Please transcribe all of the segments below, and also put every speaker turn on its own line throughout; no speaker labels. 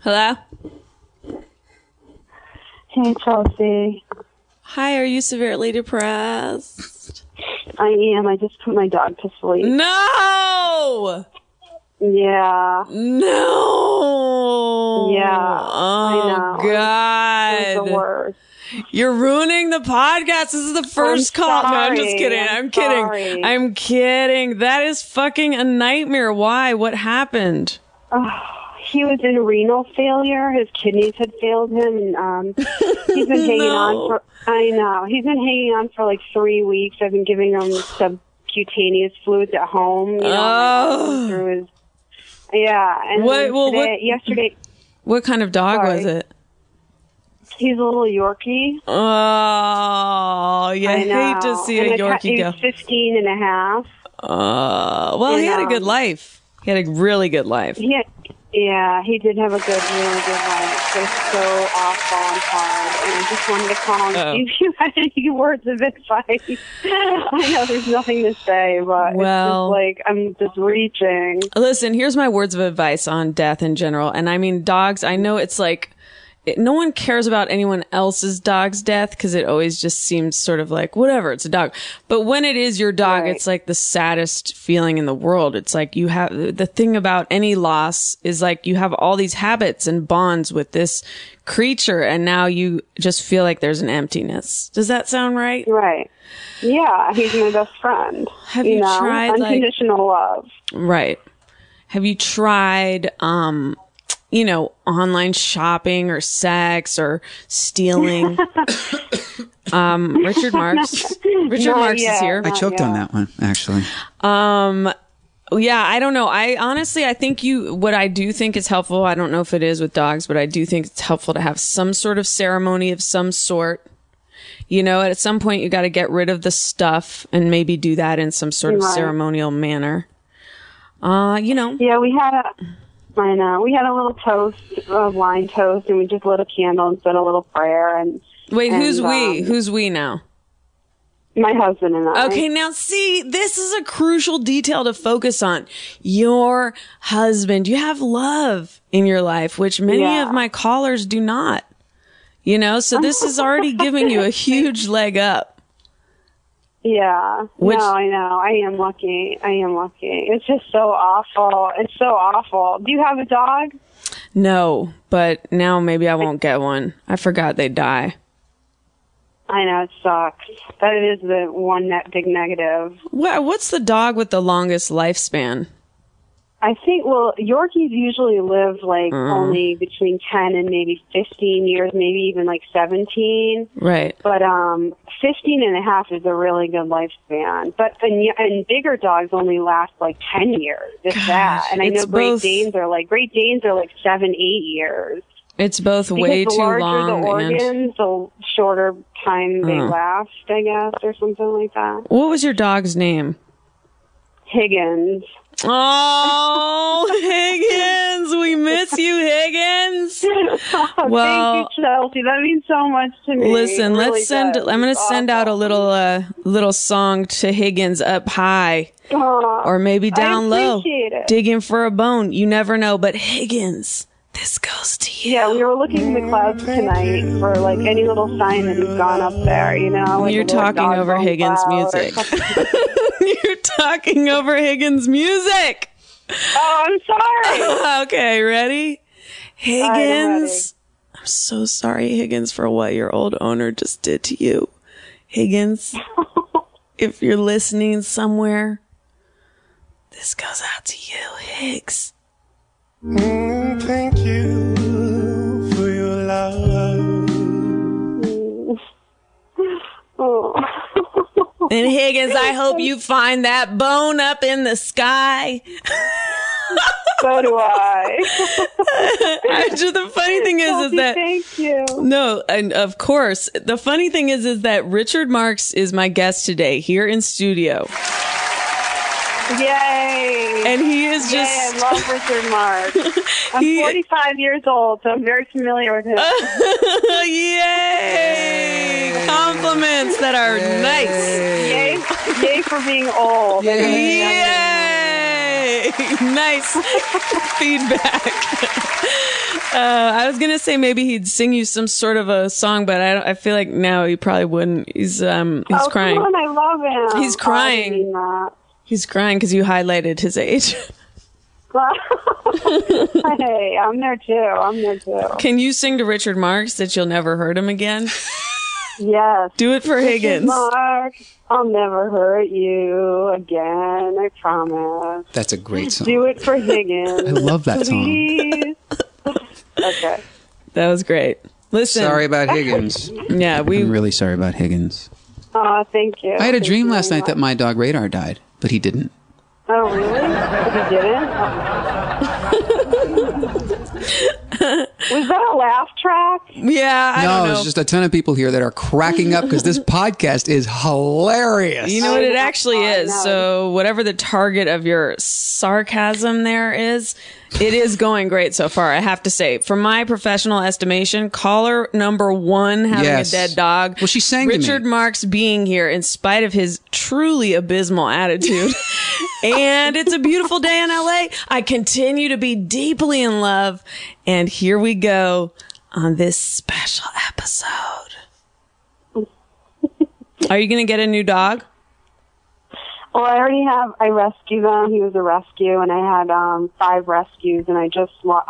Hello?
Hey, Chelsea.
Hi, are you severely depressed?
I am. I just put my dog to sleep.
No!
Yeah.
No!
Yeah,
Oh,
I know. It was
God.
the worst.
You're ruining the podcast. This is the 1st call. No, I'm just
sorry.
kidding. I'm,
I'm
kidding.
sorry.
I'm kidding. That is fucking a nightmare. Why? What happened?
He was in renal failure. His kidneys had failed him, and um, he's been hanging
No.
on for. I know he's been hanging on for like three weeks. I've been giving him subcutaneous fluids at home. You know,
Oh.
like, through his. Yeah, and
What-
then
well, what-
today- yesterday
What kind of dog was
Sorry.
it?
he's a little Yorkie.
Oh, you
I know.
hate to see
and
a
I cut-
Yorkie
he
go.
was 15 and a half.
Uh, well, he had a
um,
good life. He had a really good life.
He had, yeah, he did have a good, really good life. They're so awful and hard. And I just wanted to call and
Oh.
see if you had any words of advice. I know there's nothing to say, but
Well.
it's just like I'm just reaching.
Listen, here's my words of advice on death in general. And I mean, dogs, I know it's like, it, no one cares about anyone else's dog's death because it always just seems sort of like, whatever, it's a dog. But when it is your dog,
Right.
it's like the saddest feeling in the world. It's like you have, the thing about any loss is like you have all these habits and bonds with this creature and now you just feel like there's an emptiness. Does that sound right?
Right. Yeah, he's my best friend.
Have you
you know,
tried, like-
unconditional love?
Right. Have you tried, um, you know, online shopping or sex or stealing? um, Richard Marks. Richard
Not
Marks is
yet.
here.
Not
I choked on that one, actually.
Yeah, I don't know. I honestly, I think you, what I do think is helpful, I don't know if it is with dogs, but I do think it's helpful to have some sort of ceremony of some sort. You know, at some point, you got to get rid of the stuff and maybe do that in some sort of
Right.
ceremonial manner. Uh, you know,
Yeah, we had a. I know. We had a little toast, a wine toast, and we just lit a candle and said a little prayer. And
wait,
and,
who's we?
um,
Who's we now?
My husband and I.
Okay, now see, this is a crucial detail to focus on. Your husband. You have love in your life, which many
Yeah.
of my callers do not. You know, so this is already giving you a huge leg up.
Yeah.
Which-
no, I know. I am lucky. I am lucky. It's just so awful. It's so awful. Do you have a dog?
No, but now maybe I won't get one. I forgot they die.
I know it sucks. That is the one net big negative.
What, what's the dog with the longest lifespan?
I think well, Yorkies usually live like
Mm.
only between ten and maybe fifteen years, maybe even like seventeen.
Right.
But um, 15 and a half is a really good lifespan. But and, y- and bigger dogs only last like 10 years, if that. And I
it's
know Great
both-
Danes are like Great Danes are like seven, eight years.
It's both
Because
way
the
too
larger the
long.
organs,
And Mm.
the shorter time they last, I guess, or something like that.
what was your dog's name?
Higgins.
Oh, Higgins, we miss you, Higgins. Well,
Oh, Thank you, Chelsea. That means so much to me.
Listen,
It
let's
really
send.
does. Oh,
I'm going to
It's
send out a
awful.
little uh, little song to Higgins up high,
Aw,
or maybe down low,
appreciate it.
digging for a bone. You never know, but Higgins, this goes to you.
Yeah, we were looking in the clouds tonight for like any little sign that he's gone up there, you know. like
You're
a little
talking
dog
over
bone
Higgins'
cloud or
music.
something.
You're talking over Higgins' music.
oh, I'm sorry.
Okay, ready? Higgins. I'm so sorry, Higgins, for what your old owner just did to you. Higgins, if you're listening somewhere, this goes out to you, Higgs.
Mm, Thank you for your love.
Oh.
And Higgins, I hope you find that bone up in the sky.
so do I.
I just, the funny thing is,
Chelsea,
is that.
Thank you.
No, and of course, the funny thing is, is that Richard Marks is my guest today here in studio,
Yay.
and he is
Yay,
just
I love Richard Marx. I'm
He-
45 years old, so I'm very familiar with him.
Oh.
Yay! Compliments that are nice.
Yay, yay for being old.
Yay! Nice feedback. Uh, I was gonna say maybe he'd sing you some sort of a song, but I, don't, I feel like now he probably wouldn't. He's um he's
oh,
crying.
Come on, I love him.
He's crying.
I mean, uh,
He's crying because you highlighted his age.
hey, I'm there too. I'm there too.
Can you sing to Richard Marx that you'll never hurt him again?
Yes.
Do it for Higgins.
Mark, I'll never hurt you again. I promise.
That's a great song.
Do it for
I
Higgins.
love that song.
Please. okay.
That was great. Listen,
Sorry about Higgins.
yeah, we
I'm really sorry about Higgins.
Oh, thank you.
I had a
Thank
dream
you
last
very
night that
much.
my dog Radar died, but he didn't.
Oh, really? You didn't? Oh. Was that a laugh track?
yeah. I
no,
don't know.
there's just a ton of people here that are cracking up because this podcast is hilarious.
You know what it actually
Oh, I
is.
know.
So whatever the target of your sarcasm there is, it is going great so far. I have to say, from my professional estimation, caller number one having
Yes.
a dead dog.
Well, she sang to me.
Richard Marks being here in spite of his truly abysmal attitude. and it's a beautiful day in LA. I continue to be deeply in love. And here we go on this special episode. Are you going to get a new dog?
Well, I already have. I rescued them. He was a rescue, and I had um five rescues, and I just lost.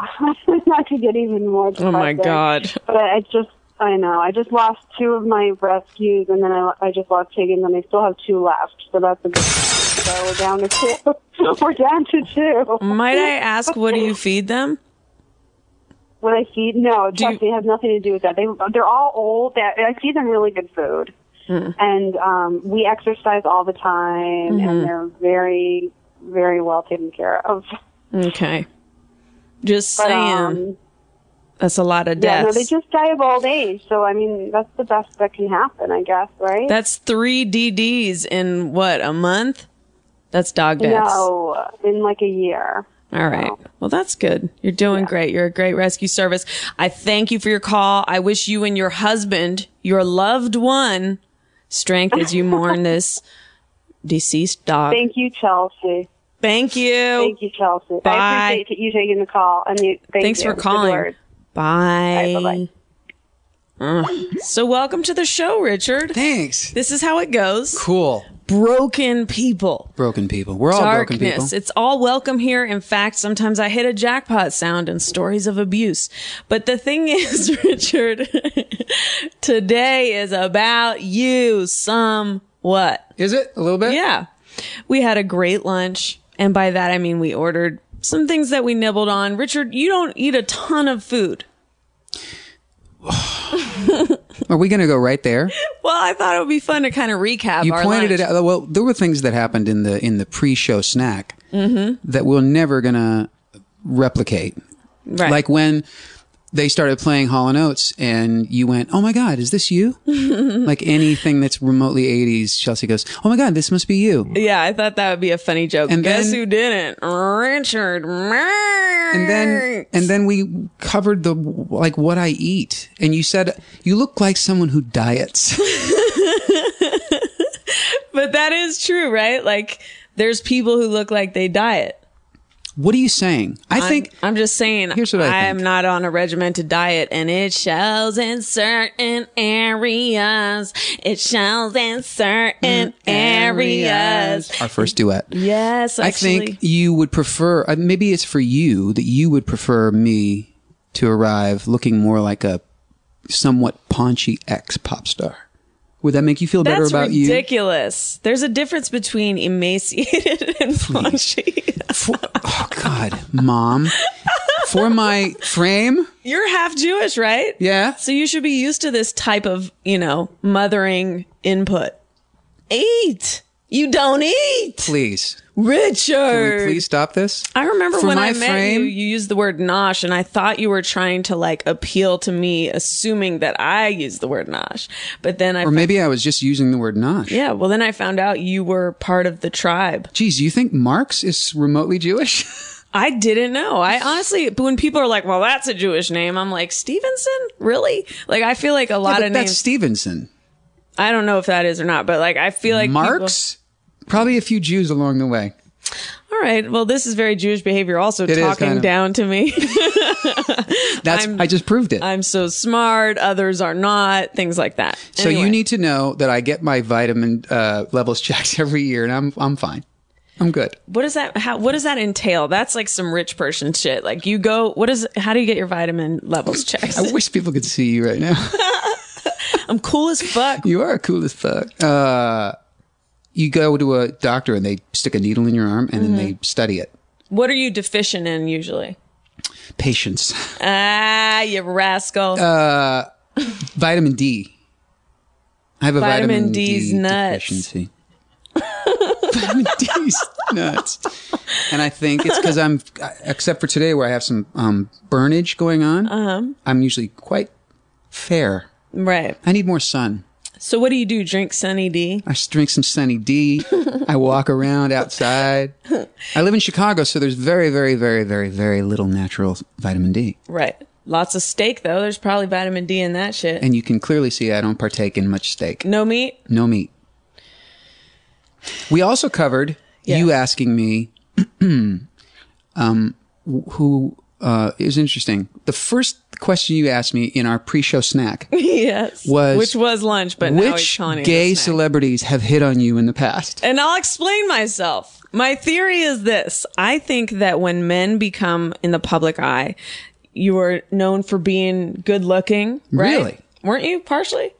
not to get even more.
Oh my
depressing,
god.
But I, I just, I know, I just lost two of my rescues, and then I, I just lost Higgins, and I still have two left. So that's a. Good, so we're down to two. we're down to two.
Might I ask what do you feed them?
What I feed? No,
you-
trust me, it has nothing to do with that. They they're all old. That I feed them really good food,
Hmm.
and um, we exercise all the time,
Mm-hmm.
and they're very very well taken care of.
Okay. Just
But,
saying.
um,
That's a lot of
yeah,
deaths.
no, they just die of old age. So I mean, that's the best that can happen, I guess, right?
That's 3 DDs in what, a month? That's dog deaths.
no, in like a year.
All right. Well, that's good. You're doing great. You're a great rescue service. I thank you for your call. I wish you and your husband, your loved one, strength as you mourn this deceased dog.
Thank you, Chelsea.
Thank you.
Thank you, Chelsea.
Oh, Bye.
I appreciate you taking the call. And you, thank
Thanks
you.
for
Good
calling.
word.
Bye.
All right,
Mm. So, welcome to the show, Richard.
Thanks.
This is how it goes.
Cool.
Broken people.
Broken people. We're all broken people.
Darkness. It's all welcome here. In fact, sometimes I hit a jackpot sound and stories of abuse. But the thing is, Richard, today is about you somewhat.
Is it a little bit?
Yeah. We had a great lunch. And by that, I mean, we ordered some things that we nibbled on. Richard, you don't eat a ton of food.
Are we going to go right there?
Well, I thought it would be fun to kind of recap.
You
our
pointed it
lunch.
out. Well, there were things that happened in the in the pre-show snack
Mm-hmm.
that we're never going to replicate.
Right.
Like when they started playing Hall and Oates, and you went, "Oh my God, is this you?" like anything that's remotely '80s, Chelsea goes, "Oh my God, this must be you."
Yeah, I thought that would be a funny joke.
And
Guess
then-
who didn't? Richard Marx.
And then and then we covered the like what I eat, and you said you look like someone who diets.
but that is true, right? Like, there's people who look like they diet.
what are you saying? I think
I'm just saying.
Here's what I think.
am not on a regimented diet, and it shows in certain areas. It shows in
Mm,
certain areas.
our first duet.
Yes,
I
actually.
think you would prefer. Uh, maybe it's for you that you would prefer me to arrive looking more like a somewhat paunchy ex pop star. Would that make you feel better
That's
about
ridiculous. There's a difference between emaciated and paunchy.
you? For, oh God, mom! For my frame,
You're half Jewish, right?
yeah.
So you should be used to this type of, you know, mothering input. Eat. You don't eat.
Please, Can
Richard.
we please stop this.
I remember
For
when
my
I met
frame-
you, you used the word nosh, and I thought you were trying to like appeal to me, assuming that I used the word nosh. But then I,
Or maybe I was just using the word nosh.
yeah, well, then I found out you were part of the tribe.
Geez, you think Marx is remotely Jewish?
I didn't know. I honestly, when people are like, well, that's a Jewish name, I'm like, Stevenson? Really? Like, I feel like a lot
but
of
that's
names,
Stevenson.
I don't know if that is or not, but like, I feel like people-
Marx, probably a few Jews along the way.
All right. Well, this is very Jewish behavior. Also
is,
talking
kind of.
down to me.
That's i just proved it.
I'm so smart. Others are not. Things like that.
so
Anyway.
you need to know that I get my vitamin uh, levels checked every year, and I'm I'm fine. I'm good.
What does that? How? What does that entail? That's like some rich person shit. Like you go. What is? How do you get your vitamin levels checked?
I wish people could see you right now.
I'm cool as fuck.
You are cool as fuck. Uh, you go to a doctor and they stick a needle in your arm and then they study it.
What are you deficient in usually?
Patience.
Ah, you rascal.
Uh, vitamin D. I have a
Vitamin
vitamin,
D's
D
nuts.
deficiency. vitamin D's nuts. And I think it's because I'm, except for today where I have some um, burnage going on,
Uh-huh.
I'm usually quite fair.
right.
I need more sun.
So what do you do? Drink Sunny D?
I just drink some Sunny D. I walk around outside. I live in Chicago, so there's very, very, very, very, very little natural vitamin D.
Right. Lots of steak though. There's probably vitamin D in that shit.
And you can clearly see I don't partake in much steak.
no meat.
No meat. We also covered
Yeah.
you asking me, um, wh- who uh, it was interesting. The first question you asked me in our pre-show snack
yes.
Was-
which was lunch, but now he's
which
calling it a
gay
snack.
celebrities have hit on you in the past?
And I'll explain myself. My theory is this. I think that when men become in the public eye, you are known for being good looking, right?
Really?
Weren't you partially?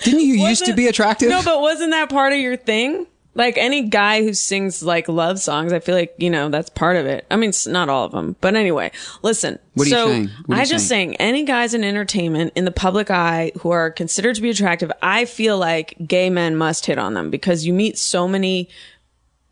Didn't you used to
Wasn't-
be attractive?
No, but wasn't that part of your thing? Like any guy who sings like love songs, I feel like, you know, that's part of it. I mean, it's not all of them, but anyway, listen.
What are you
so
saying? What are
I
you
just
saying?
saying any guys in entertainment in the public eye who are considered to be attractive, I feel like gay men must hit on them because you meet so many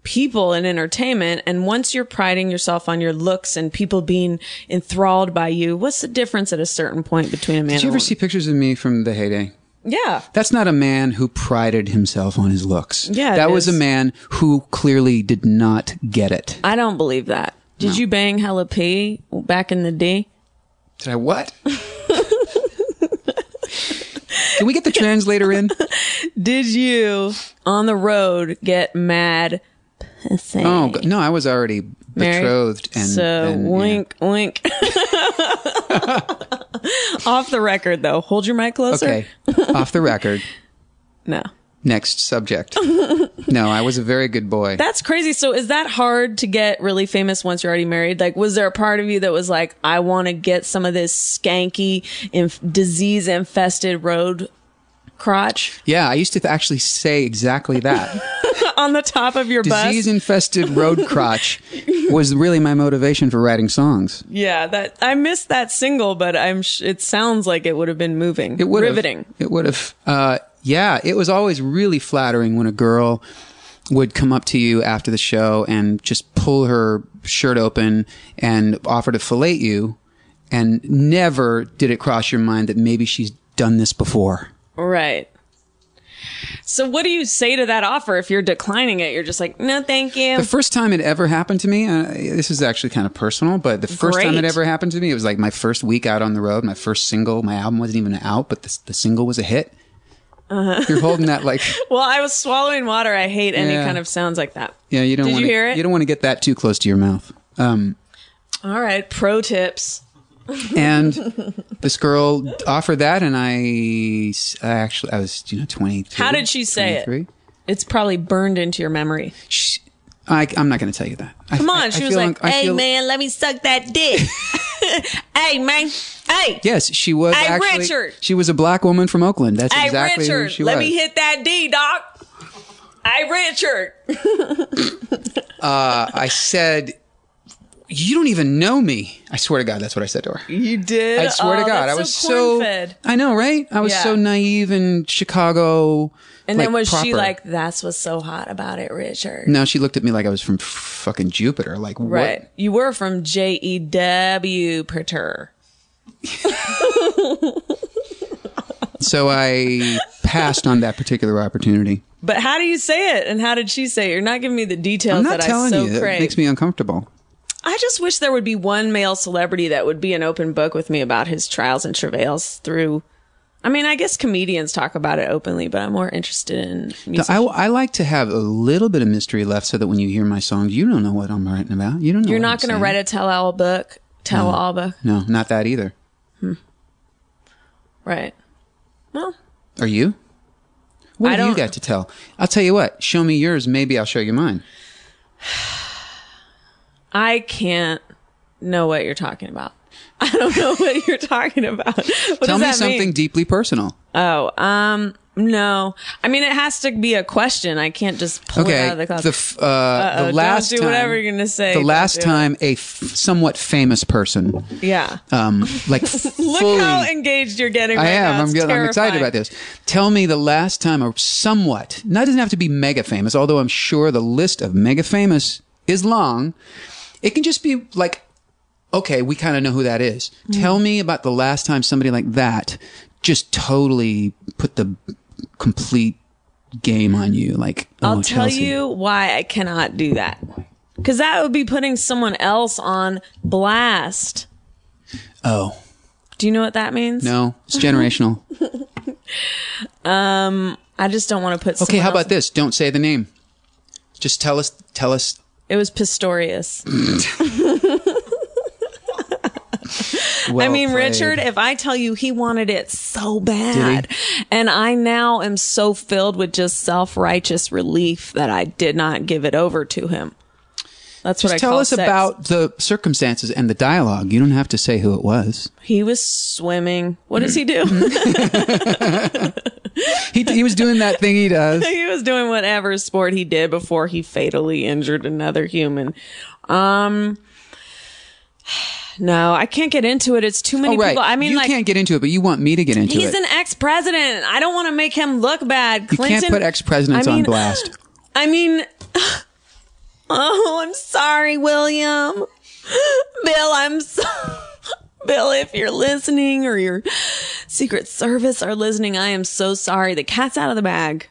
people in entertainment and once you're priding yourself on your looks and people being enthralled by you, what's the difference at a certain point between a man
Did you
and a
ever see pictures of me from the heyday?
woman? Yeah.
That's not a man who prided himself on his looks.
Yeah, it
that was
is.
a man who clearly did not get it.
I don't believe that. Did you bang Hella P back in the day?
Did I what? Can we get the translator in?
Did you on the road get mad? Pussy?
Oh go- no, I was already
Married?
betrothed and
so
and, yeah.
wink, wink. Off the record, though. Hold your mic closer.
Okay, off the record.
No,
Next subject. No, I was a very good boy.
that's crazy. So, is that hard to get really famous once you're already married? Like, was there a part of you that was like, I want to get some of this skanky, inf- disease-infested road crotch
yeah, I used to actually say exactly that.
on the top of your bus?
Disease infested road crotch was really my motivation for writing songs.
Yeah, that I missed that single, but I'm. Sh- it sounds like it would have been moving.
It would
riveting.
Have, it would have. Uh, yeah, it was always really flattering when a girl would come up to you after the show and just pull her shirt open and offer to fillet you, and never did it cross your mind that maybe she's done this before.
Right. So, what do you say to that offer if you're declining it? You're just like, no, thank you.
The first time it ever happened to me, uh, this is actually kind of personal, but the first time
Great.
it ever happened to me, it was like my first week out on the road, my first single. My album wasn't even out, but the, the single was a hit.
Uh-huh.
You're holding that like,
well, I was swallowing water. I hate any
Yeah.
kind of sounds like that.
yeah, you don't
Did you
want
hear it?
you don't want to get that too close to your mouth. Um,
All right, pro tips.
and this girl offered that and I, I actually i was you know 23
How did she say it?
23.
It's probably burned into your memory.
She- I, i'm not going to tell you that
Come on, she was like, "Hey man, let me suck that dick." hey man, hey,
yes she was
Hey,
actually
Richard.
she was a black woman from oakland that's
hey
exactly who
Richard,
she
let
was
me hit that D, doc. Hey Richard.
i said you don't even know me i swear to god that's what i said to her
You did.
I swear
Oh,
to God,
that's
I was so.
corn-fed.
I know, right? I was
Yeah.
so naive in Chicago.
And then
like,
was she
proper.
like, "That's what's so hot about it, Richard"?
No, she looked at me like I was from fucking Jupiter. Like,
Right.
what?
You were from J E W Perter.
So I passed on that particular opportunity.
But how do you say it? And how did she say it? You're not giving me the details
I'm not
Oh, that
telling
I so
you. It
crave.
makes me uncomfortable.
I just wish there would be one male celebrity that would be an open book with me about his trials and travails through. I mean, I guess comedians talk about it openly, but I'm more interested in music.
I, I like to have a little bit of mystery left so that when you hear my songs, you don't know what I'm writing about. You don't know.
You're
what
not
I'm
going to
saying.
write a tell-all book, tell-all book,
No, not that either.
right? Well,
Are you? What
I
have you
don't-
got to tell? I'll tell you what. Show me yours. Maybe I'll show you mine.
I can't know what you're talking about. I don't know what you're talking about. What
tell
does
me
that
something
mean?
deeply personal.
Oh, um, no. I mean, it has to be a question. I can't just pull it
okay.
out of the closet.
the f- uh, the
don't
last
do
time,
whatever you're gonna say.
The
Don't
last
do it.
time a f- somewhat famous person,
yeah.
um, like
Look
fully,
how engaged you're getting. Right
I am.
Now.
I'm
It's
good. I'm excited
terrifying.
about this. Tell me the last time a somewhat, not doesn't have to be mega famous, although I'm sure the list of mega famous is long. It can just be like, okay, we kind of know who that is.
Mm.
Tell me about the last time somebody like that just totally put the complete game on you. Like,
I'll
oh,
tell
Chelsea.
you why I cannot do that. Because that would be putting someone else on blast.
Oh,
Do you know what that means?
no, it's generational.
I just don't want to put.
okay,
someone
how
else-
about this? Don't say the name. Just tell us, tell us
It was Pistorius.
well
I mean,
played.
Richard, if I tell you he wanted it so bad, and I now am so filled with just self righteous relief that I did not give it over to him. That's what I
Just tell
call
us
sex.
about the circumstances and the dialogue. You don't have to say who it was.
He was swimming. What does he do?
Mm-hmm. He, he was doing that thing he does.
he was doing whatever sport he did before he fatally injured another human. Um, no, I can't get into it. It's too many
Oh, right.
people. I mean,
you
like
can't get into it, but you want me to get into it.
he's an ex president. I don't want to make him look bad.
you
Clinton,
can't put ex presidents
I
on
mean,
blast.
I mean, oh, I'm sorry, William. Bill, I'm sorry. Bill, if you're listening or your Secret Service are listening, I am so sorry. The cat's out of the bag.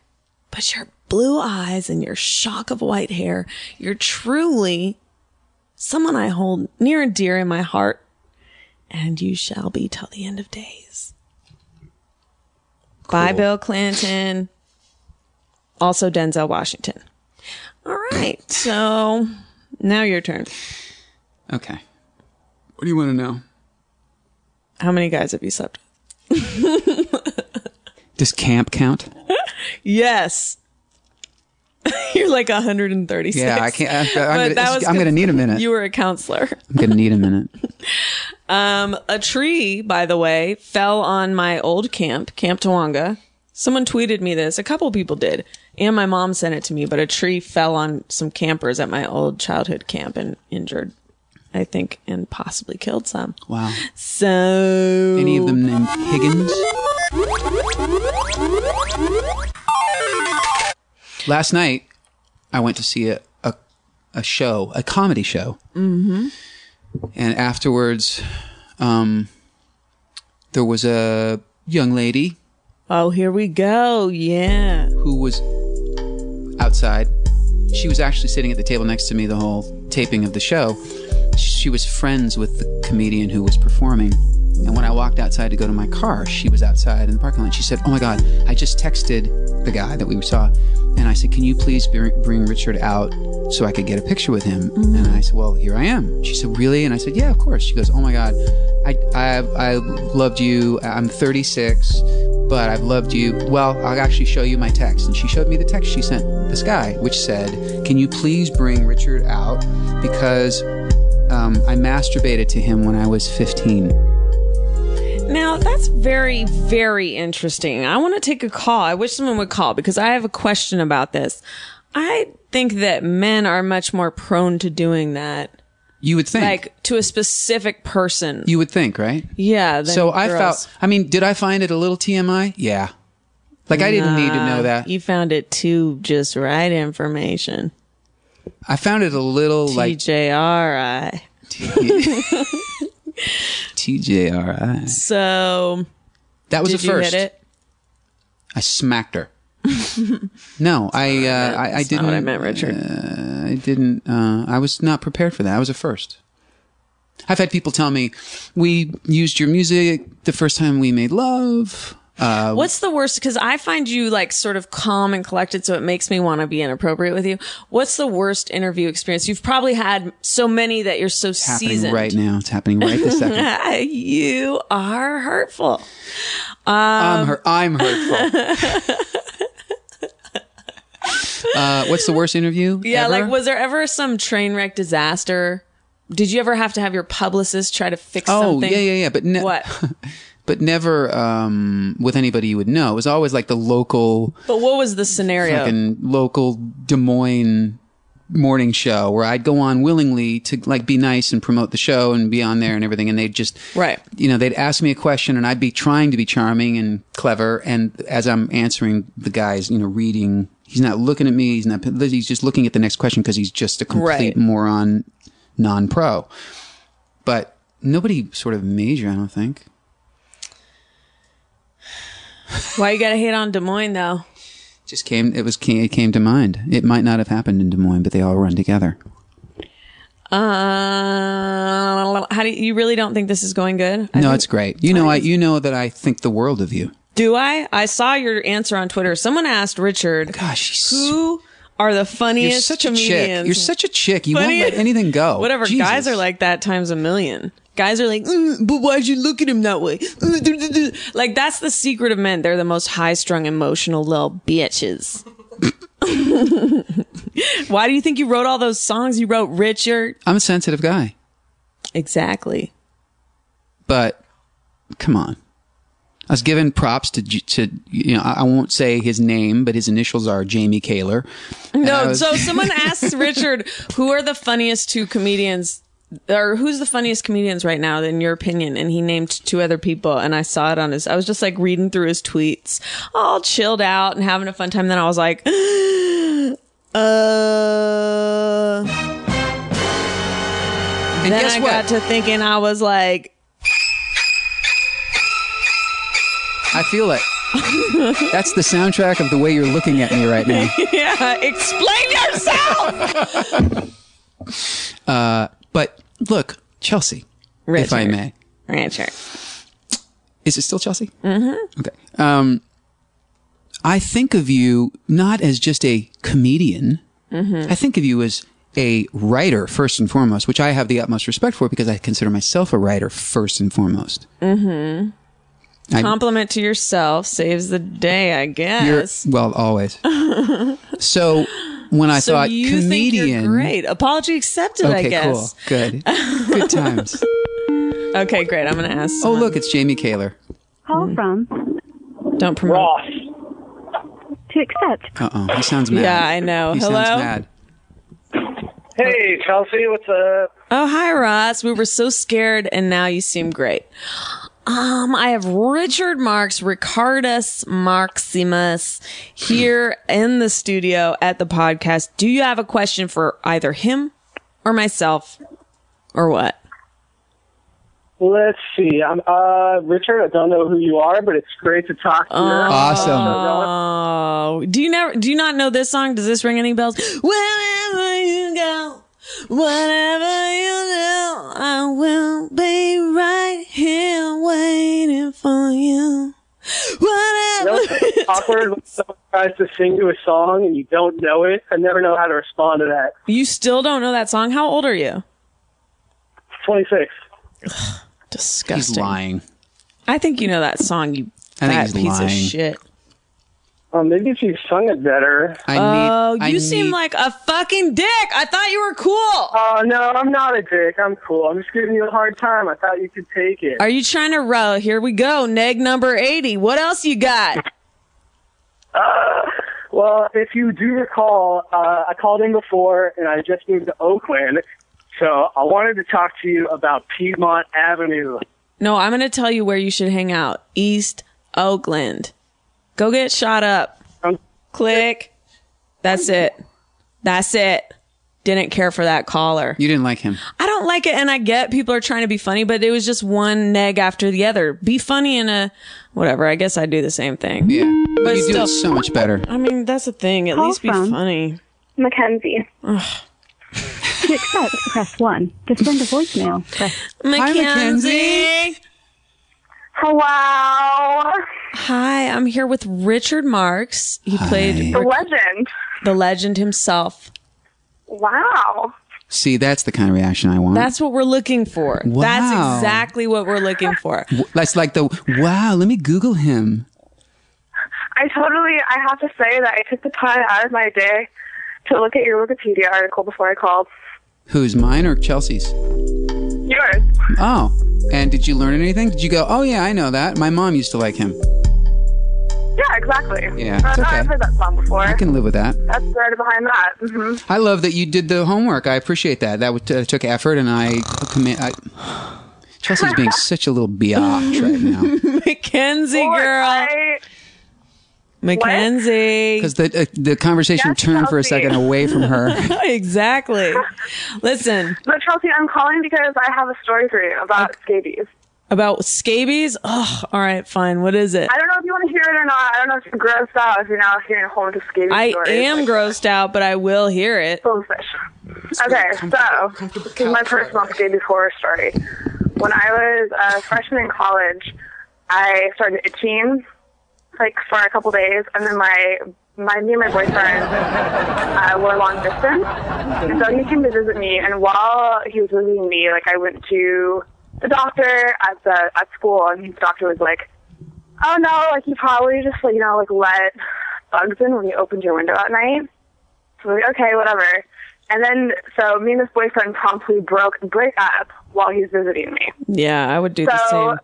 But your blue eyes and your shock of white hair, you're truly someone I hold near and dear in my heart. And you shall be till the end of days. Bye, Bill Clinton also Denzel Washington. All right, so now your turn.
Okay. What do you want to know?
How many guys have you slept with?
Does camp count?
Yes. You're like 136.
Yeah, I can't. I, I'm, gonna,
But that was
I'm gonna need a minute.
You were a counselor.
I'm gonna need a minute.
Um, a tree, by the way, fell on my old camp, Camp Tawanga. Someone tweeted me this. A couple people did, and my mom sent it to me. But a tree fell on some campers at my old childhood camp and injured, I think, and possibly killed some.
Wow.
So
Any of them named Higgins? Last night, I went to see a a, a show, a comedy show, mm-hmm. and afterwards, um, there was a young lady
Oh, here we go. Yeah.
who was outside. She was actually sitting at the table next to me the whole taping of the show. She was friends with the comedian who was performing. And when I walked outside to go to my car, she was outside in the parking lot. She said, Oh my God, I just texted the guy that we saw. And I said, Can you please br- bring Richard out so I could get a picture with him? And I said, Well, here I am. She said, Really? And I said, Yeah, of course. She goes, Oh my God, I, I, I loved you. I'm 36, but I've loved you. Well, I'll actually show you my text. And she showed me the text she sent this guy, which said, Can you please bring Richard out? Because um, I masturbated to him when I was 15.
Now, that's very, very interesting. I want to take a call. I wish someone would call because I have a question about this. I think that men are much more prone to doing that,
You would think.
like to a specific person.
you would think, right?
yeah. Than
So I
girls.
felt, I mean, did I find it a little TMI? Yeah. Like, I didn't need to know that.
Ah, You found it too, just right information.
I found it a little like
TJRI.
TJRI.
So
That was
did
the
you
first.
hit it?
I smacked her. no, I, uh, I, I
That's not
didn't.
what I meant, Richard.
I didn't. Uh, I was not prepared for that. I was a first. I've had people tell me, "We used your music the first time we made love."
What's the worst? Because I find you like sort of calm and collected, so it makes me want to be inappropriate with you. What's the worst interview experience you've probably had? So many that you're so
happening
seasoned.
right now. It's happening right this second.
you are hurtful. Um,
I'm, hurt. I'm hurtful. uh, what's the worst interview?
Yeah,
ever?
like was there ever some train wreck disaster? Did you ever have to have your publicist try to fix
Oh,
something?
yeah, yeah, yeah, but ne-
what?
but never um, with anybody you would know. It was always like the local,
But what was the scenario?
fucking local Des Moines morning show where I'd go on willingly to like be nice and promote the show and be on there and everything, and they'd just
Right.
you know, they'd ask me a question and I'd be trying to be charming and clever. And as I'm answering, the guy's, you know, reading, he's not looking at me. He's not, he's just looking at the next question because he's just a complete
Right.
moron, non pro. But nobody sort of major, I don't think.
Why you gotta hate on Des Moines though?
Just came, it was, it came to mind. It might not have happened in Des Moines, but they all run together.
Uh, how do you, you really don't think this is going good? I
no,
think-
it's great. You know, I, you know that I think the world of you.
Do I? I saw your answer on Twitter. Someone asked Richard,
Gosh, she's
who are the funniest
You're such a
comedians?
chick. You're such a chick. You
Funny-
won't let anything go.
Whatever.
Jesus.
Guys are like that times a million. Guys are like, "Mm, but why'd you look at him that way? Like that's the secret of men. They're the most high-strung, emotional little bitches. Why do you think you wrote all those songs you wrote, Richard?
I'm a sensitive guy.
Exactly.
but come on. I was given props to to you know I I won't say his name, but his initials are Jamie Kaler. And I
No,
was-
so someone asks Richard, who are the funniest two comedians, or who's the funniest comedians right now, in your opinion? And he named two other people, and I saw it on his. I was just like reading through his tweets, all chilled out and having a fun time. Then I was like, uh.
and
Then
guess
I
what?
got to thinking, I was like,
I feel it. That's the soundtrack of the way you're looking at me right now.
yeah, explain yourself,
But look, Chelsea, if I
Richard.
may,
Richard.
is it still Chelsea? Mm-hmm. Okay. Um, I think of you not as just a comedian.
Mm-hmm.
I think of you as a writer first and foremost, which I have the utmost respect for because I consider myself a writer first and foremost. Mm-hmm.
Compliment to yourself saves the day, I guess.
well, always. so when I
so
thought
you
comedian,
think you're great. Apology accepted,
okay,
I guess.
cool, good, good times.
Okay, great. I'm gonna ask.
oh,
Someone.
look, it's Jamie Kaler.
Call from
Don't promote.
Ross.
to accept.
Uh oh, he sounds mad.
Yeah, I know.
He
Hello.
sounds mad.
Hey, Chelsea, what's up?
Oh, hi, Ross. We were so scared, and now you seem great. Um, I have Richard Marks, Ricardus Marximus, here in the studio at the podcast. Do you have a question for either him or myself, or what?
Let's see. I'm uh Richard. I don't know who you are, but it's great to talk to you. Uh,
Awesome.
Oh, do you never? Do you not know this song? Does this ring any bells? Wherever you go, whatever you do, I will be right here waiting for you. Whatever.
It's awkward when someone tries to sing you a song and you don't know it. I never know how to respond to that.
You still don't know that song? How old are you?
Twenty six.
Disgusting.
He's lying.
I think you know that song. You
I think
fat
he's
piece of
lying.
shit.
Um, maybe if you sung it better.
I need.
Oh, you
I
seem
need-
like a fucking dick. I thought you were cool.
Oh no, I'm not a dick. I'm cool. I'm just giving you a hard time. I thought you could take it.
Are you trying to row? Here we go. Neg number 80. What else you got?
Well, if you do recall, uh, I called in before and I just moved to Oakland. So I wanted to talk to you about Piedmont Avenue.
No, I'm going to tell you where you should hang out. East Oakland. Go get shot up.
Um,
Click. That's it. That's it. Didn't care for that caller.
You didn't like him.
I don't like it. And I get people are trying to be funny, but it was just one neg after the other. Be funny in a whatever. I guess I do the same thing.
Yeah.
But
you do
still-
it so much better.
I mean, that's the thing. At
Call
least be
from-
funny.
Mackenzie.
To accept, press one. To send a voicemail, press
Mackenzie.
Mackenzie.
Hello.
Hi, I'm here with Richard Marks. He played
The
Rick-
legend.
the legend himself.
Wow.
See, that's the kind of reaction I want.
That's what we're looking for.
Wow.
That's exactly what we're looking for.
W- that's like the wow. Let me Google him.
I totally, I have to say that I took the time out of my day to look at your Wikipedia article before I called.
Who's mine or Chelsea's?
Yours.
Oh, and did you learn anything? Did you go? Oh yeah, I know that. My mom used to like him.
Yeah, exactly.
Yeah,
Uh,
it's
no,
okay.
I've heard that song before.
I can live with that.
That's right behind that. hmm
I love that you did the homework. I appreciate that. That would- uh, took effort, and I commit. I, Chelsea's being such a little biatch right now
Mackenzie girl.
I,
Mackenzie.
because the uh, the conversation
That's
turned for a
Chelsea.
second away from her.
exactly. Listen,
but Chelsea, I'm calling because I have a story for you about scabies.
about scabies. Oh, all right, fine. What is it?
I don't know if you want to hear it or not. I don't know if you're grossed out if you're now hearing a whole bunch of scabies.
I
stories.
am
like
grossed out, but I will hear it.
Bonefish. Okay, so this is my personal scabies horror story. When I was a freshman in college, I started itching like for a couple days, and then my my me and my boyfriend uh, were long distance, and so he came to visit me. And while he was visiting me, like I went to the doctor at the at school, and the doctor was like, "Oh no, like you probably just like you know like let bugs in when you opened your window at night." So we're like, okay, whatever. And then, so me and this boyfriend promptly broke break up while he's visiting me.
Yeah, I would do the
So-
same.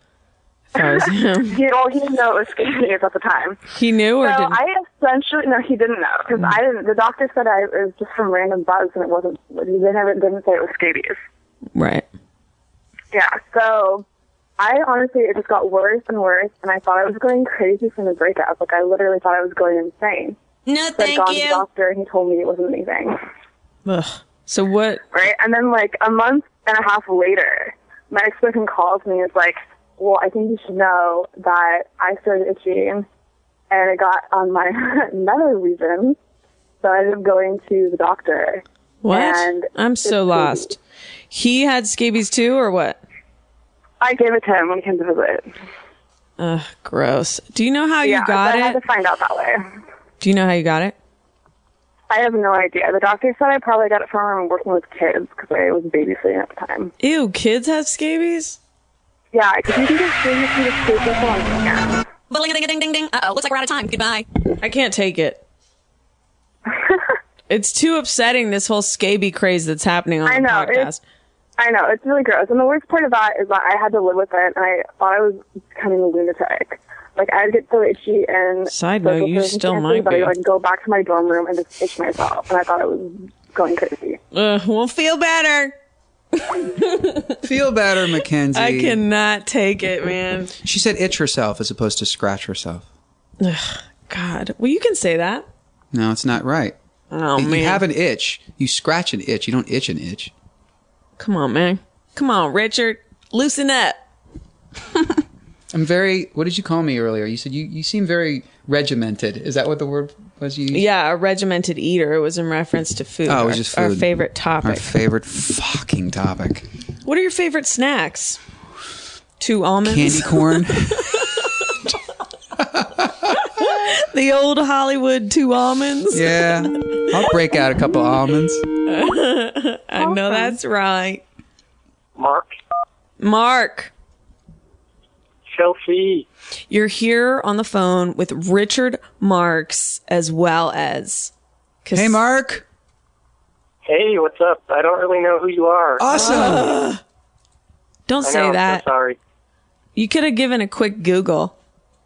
If I was him.
He, well, he didn't know it was scabies at the time.
He knew or
So
didn't? Mm.
I essentially, no, he didn't know because I didn't. The doctor said I it was just from random bugs and it wasn't. They never didn't say it was scabies.
right.
Yeah. So I honestly, it just got worse and worse, and I thought I was going crazy from the breakup. Like I literally thought I was going insane.
No,
So I'd gone to the doctor and he told me it wasn't anything.
Ugh. So what?
right? And then like a month and a half later, my ex-boyfriend calls me and is like, well, I think you should know that I started itching and it got on my nether region. So I ended up going to the doctor.
What?
And
I'm so
it's
lost. He had scabies too, or what?
I gave it to him when he came to visit.
Ugh, gross. Do you know how
yeah,
you got
but I had
it?
to find out that way.
Do you know how you got it?
I have no idea. The doctor said I probably got it from working with kids because I was babysitting at the time.
Ew, kids have scabies?
Yeah, because you can just bring it to the school people on weekends.
Uh-oh, looks like we're out of time. Goodbye.
I can't take it. it's too upsetting, this whole scaby craze that's happening on
I
the
know,
podcast.
it's- I know it's really gross, and the worst part about it is that I had to live with it, and I thought I was becoming a lunatic. Like I'd get so itchy and
Side note,
social
you
services
still
canceled
might
that
be.
I'd like go back to my dorm room and just itch myself, and I thought I was going crazy.
Ugh, we'll feel better.
Feel better, Mackenzie.
I cannot take it, man.
She said itch herself as opposed to scratch herself.
God. Well, you can say that.
No, it's not right.
Oh,
you
man.
have an itch. You scratch an itch. You don't itch an itch.
Come on, man. Come on, Richard. Loosen up.
I'm very. What did you call me earlier? You said you, you seem very regimented. Is that what the word was? You used?
Yeah, a regimented eater. It was in reference to food.
Oh, it was
our,
just
our
food.
favorite topic.
Our favorite fucking topic.
what are your favorite snacks? Two almonds.
Candy corn.
the old Hollywood two almonds.
yeah. I'll break out a couple almonds.
I know that's right.
Mark,
Mark,
Chelsea.
you're here on the phone with Richard Marks as well as. Cas-
Hey, Mark.
Hey, what's up? I don't really know who you are.
Awesome.
Don't
I
say
know, I'm so
that.
sorry.
you could have given a quick Google.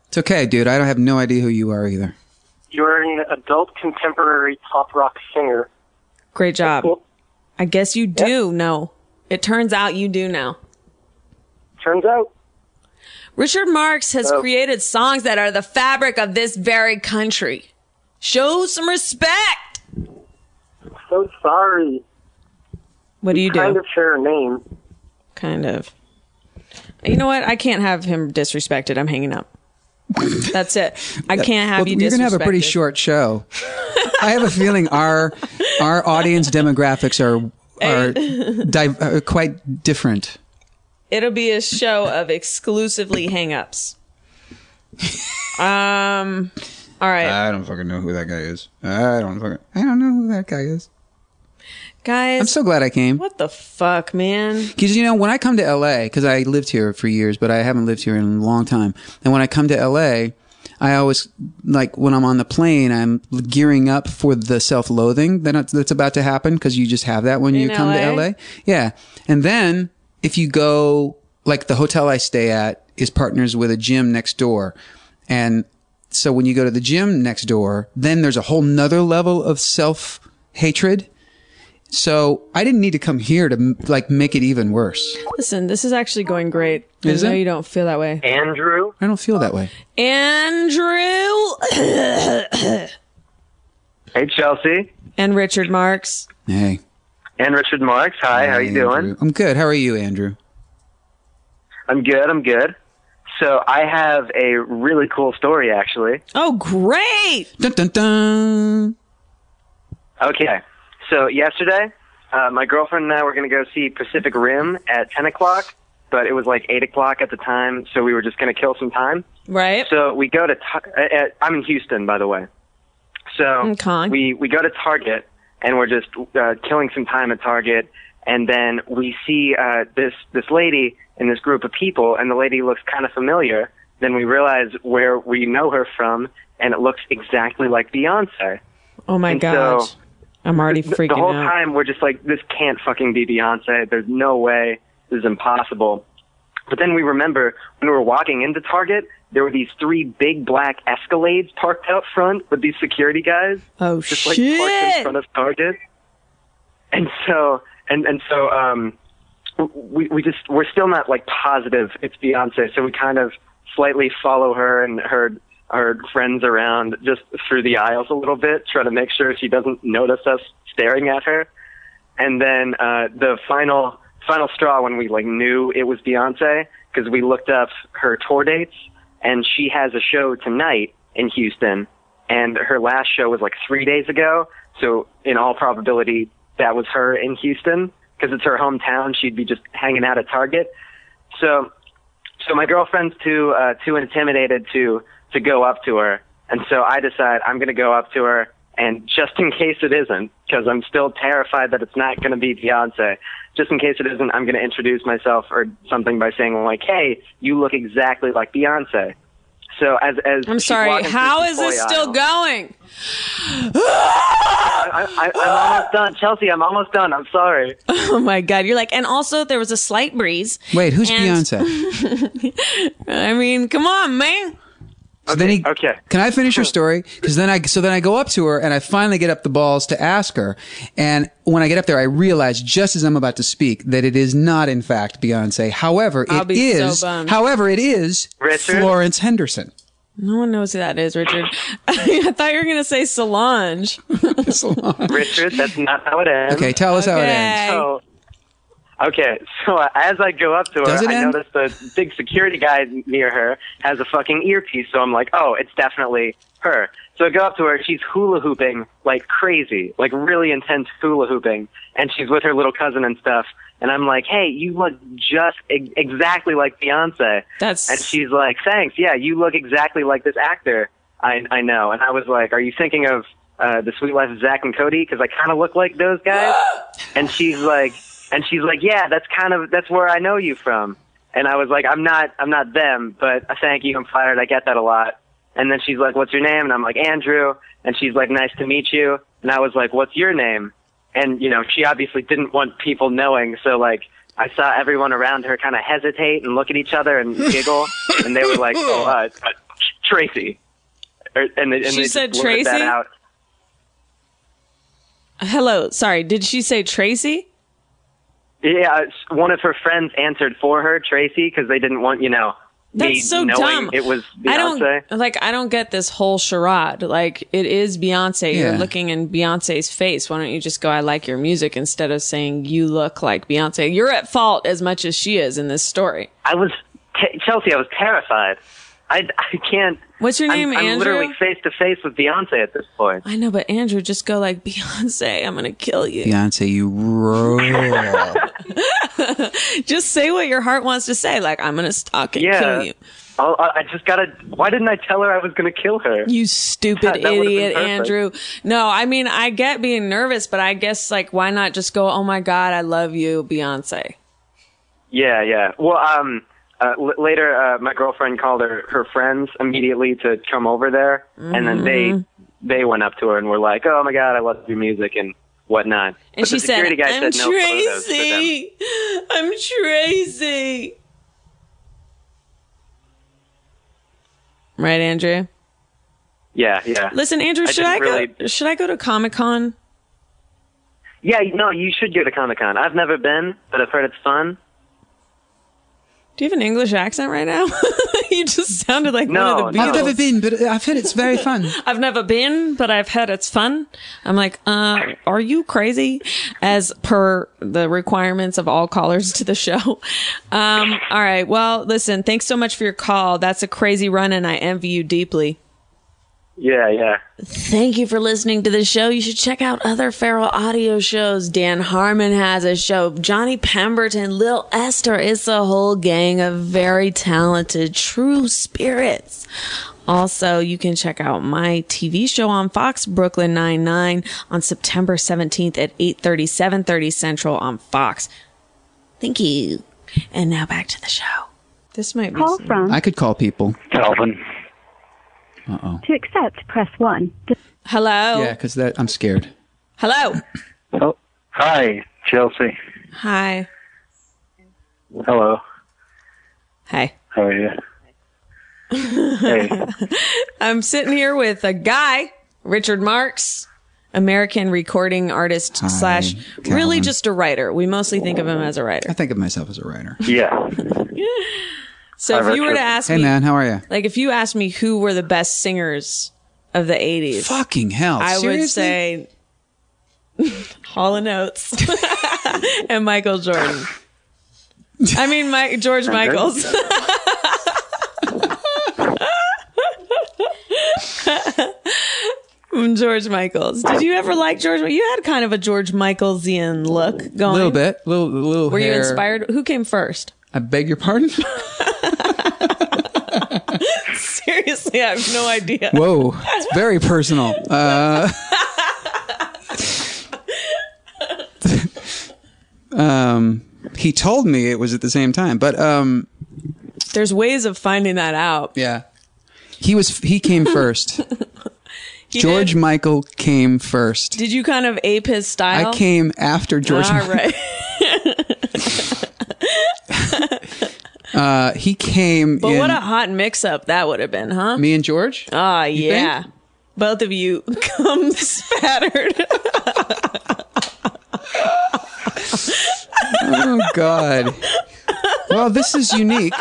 it's okay, dude. I don't have no idea who you are either.
You're an adult contemporary pop rock singer.
Great job.
Cool.
I guess you do know. It turns out you do now.
Turns out,
Richard Marx has
Oh.
created songs that are the fabric of this very country. Show some respect.
so sorry.
What do you do?
Kind of share a name.
Kind of. You know what? I can't have him disrespected. I'm hanging up. That's it. I can't have
Well,
you.
you're gonna have a pretty
disrespected.
short show. I have a feeling our our audience demographics are are di- are quite different.
It'll be a show of exclusively hangups. Um. All
Uh,
right,
I don't fucking know who that guy is. I don't fucking. I don't know who that guy is.
guys.
I'm so glad I came.
what the fuck, man?
Because you know, when I come to LA, because I lived here for years, but I haven't lived here in a long time. And when I come to LA, I always like when I'm on the plane, I'm gearing up for the self-loathing that that's about to happen because you just have that when you
In
come to
LA?
LA. Yeah, and then if you go like the hotel I stay at is partners with a gym next door, and so when you go to the gym next door, then there's a whole nother level of self hatred. So I didn't need to come here to m- like make it even worse.
Listen, this is actually going great.
Is
I know
it?
you don't feel that way,
Andrew.
I don't feel that way.
Andrew
Hey, Chelsea
and Richard Marks.
Hey,
and Richard Marks. Hi, how you doing?
Andrew. I'm good. How are you, Andrew?
I'm good. I'm good. So I have a really cool story, actually.
Oh, great!
Dun dun dun.
Okay. So yesterday, uh, my girlfriend and I were going to go see Pacific Rim at 10 o'clock, but it was like 8 o'clock at the time, so we were just going to kill some time.
Right?
So we go to. Tar- uh, uh, I'm in Houston, by the way. So
Okay.
we we go to Target and we're just uh, killing some time at Target, and then we see uh, this this lady and this group of people, and the lady looks kind of familiar. Then we realize where we know her from, and it looks exactly like Beyonce.
oh my
and
gosh,
so-
I'm already
The-
freaking
the whole
out.
time we're just like, this can't fucking be Beyonce. There's no way. This is impossible. But then we remember when we were walking into Target, there were these three big black Escalades parked out front with these security guys
oh
just like parked in
shit!
front of Target. And so and and so um we we just we're still not like positive it's Beyonce, so we kind of slightly follow her and her her friends around just through the aisles a little bit, trying to make sure she doesn't notice us staring at her. And then uh the final final straw when we like knew it was Beyonce because we looked up her tour dates and she has a show tonight in Houston and her last show was like 3 days ago. So in all probability that was her in Houston because it's her hometown. She'd be just hanging out at Target. So so my girlfriend's too uh, too intimidated to to go up to her, and so I decide I'm going to go up to her, and just in case it isn't, because I'm still terrified that it's not going to be Beyonce. Just in case it isn't, I'm going to introduce myself or something by saying like, "Hey, you look exactly like Beyonce." So as as
I'm sorry. How is this still
going?
going?
I, I, I'm almost done, Chelsea. I'm almost done. I'm sorry.
Oh my god! You're like, and also there was a slight breeze.
Wait, who's
And-
Beyonce?
I mean, come on, man.
So then he,
okay.
Can I finish your story? Because then I so then I go up to her and I finally get up the balls to ask her. And when I get up there, I realize just as I'm about to speak that it is not in fact Beyonce. However, it is.
I'll be so bummed.
however, it is
Richard?
Florence Henderson.
No one knows who that is, Richard. I thought you were gonna say Solange.
Richard, that's not how it ends.
Okay, tell us how it ends.
Okay.
So, okay, so uh, as I go up to her,
Does it
I
end?
notice the big security guy near her has a fucking earpiece, so I'm like, oh, it's definitely her. So I go up to her, she's hula hooping like crazy, like really intense hula hooping, and she's with her little cousin and stuff. And I'm like, hey, you look just e- exactly like Beyonce.
That's
And she's like, "Thanks, yeah, you look exactly like this actor I I know." And I was like, "Are you thinking of uh, the Sweet Life of Zach and Cody? Because I kind of look like those guys." and she's like, "And she's like, yeah, that's kind of that's where I know you from." And I was like, "I'm not I'm not them, but thank you, I'm flattered. I get that a lot." And then she's like, "What's your name?" And I'm like, "Andrew." And she's like, "Nice to meet you." And I was like, "What's your name?" and you know she obviously didn't want people knowing so like i saw everyone around her kind of hesitate and look at each other and giggle and they were like oh uh, uh, tracy Or- and they, and
She
they just
said
blurted that
Tracy?
out
hello. Sorry, did she say Tracy?
yeah it's- one of her friends answered for her tracy because they didn't want you know me
That's so
knowing
dumb.
it was Beyonce.
I don't like. I don't get this whole charade. Like it is Beyonce. You're
Yeah.
looking in Beyonce's face. Why don't you just go? I like your music instead of saying you look like Beyonce. You're at fault as much as she is in this story.
I was te- chelsea i was terrified i, I can't
What's your name,
I'm, I'm
Andrew?
literally face to face with beyonce at this point
I know, but Andrew, just go like Beyonce. I'm gonna kill you.
Beyonce, you roar.
Just say what your heart wants to say. Like I'm gonna stalk and
Yeah.
kill you.
I'll, I I just gotta. Why didn't I tell her I was gonna kill her?
You stupid
That would've been
idiot,
perfect.
Andrew. No, I mean, I get being nervous, but I guess, like, why not just go, oh my God, I love you, Beyonce?
Yeah, yeah. Well, um, uh, l- later, uh, my girlfriend called her her friends immediately to come over there, and then they
Mm-hmm.
they went up to her and were like, "Oh my god, I love your music and whatnot."
And
But
she
the
said,
security guy
I'm
said no photos for them."
crazy. I'm crazy. Right, Andrew?
Yeah, yeah.
Listen, Andrew,
I
should I
didn't
go?
really-
Should I go to Comic Con?
Yeah, no, you should go to Comic Con. I've never been, but I've heard it's fun.
Do you have an English accent right now? you just sounded like
No,
one of the
no.
Beatles.
I've never been, but I've heard it's very fun.
I've never been, but I've heard it's fun. I'm like, uh, are you crazy? As per the requirements of all callers to the show. Um, all right. Well, listen, thanks so much for your call. That's a crazy run and I envy you deeply.
Yeah, yeah.
Thank you for listening to the show. You should check out other Feral audio shows. Dan Harmon has a show. Johnny Pemberton, Lil Esther. It's a whole gang of very talented, true spirits. Also, you can check out my TV show on Fox, Brooklyn Nine-Nine, on September 17th at 8.30, 7.30 Central on Fox. Thank you. And now back to the show. This might be...
Call from
I could call people.
Calvin.
to accept, press 1. To
Hello?
Yeah, because that I'm scared.
Hello?
Oh, hi, Chelsea.
Hi.
Hello.
Hi.
How are you? Hey.
I'm sitting here with a guy, Richard Marks, American recording artist slash really
Calvin.
just a writer. We mostly think of him as a writer.
I think of myself as a writer.
Yeah.
So
Hi,
if you were to
Richard.
ask
Hey
me,
man, how are you?
like if you asked me who were the best singers of the 80s,
Fucking hell!
I
seriously?
would say Hall and Oates and Michael Jordan. I mean, Mike, George Michaels. George Michaels. Did you ever like George? You had kind of a George Michaelsian look
a
going.
little bit, little little.
Were you
hair.
inspired? Who came first?
I beg your pardon.
Seriously, I have no idea.
Whoa, it's very personal. Uh, um, he told me it was at the same time, but um,
There's ways of finding that out.
yeah, he was. He came first.
You
George
Did,
Michael came first.
did you kind of ape his style?
I came after George.
All
Michael.
Ah, right.
Uh, he came.
But
in,
what a hot mix up that would have been, huh?
me and George.
Ah,
You think?
yeah. Both of you come spattered.
Oh God. Well, this is unique.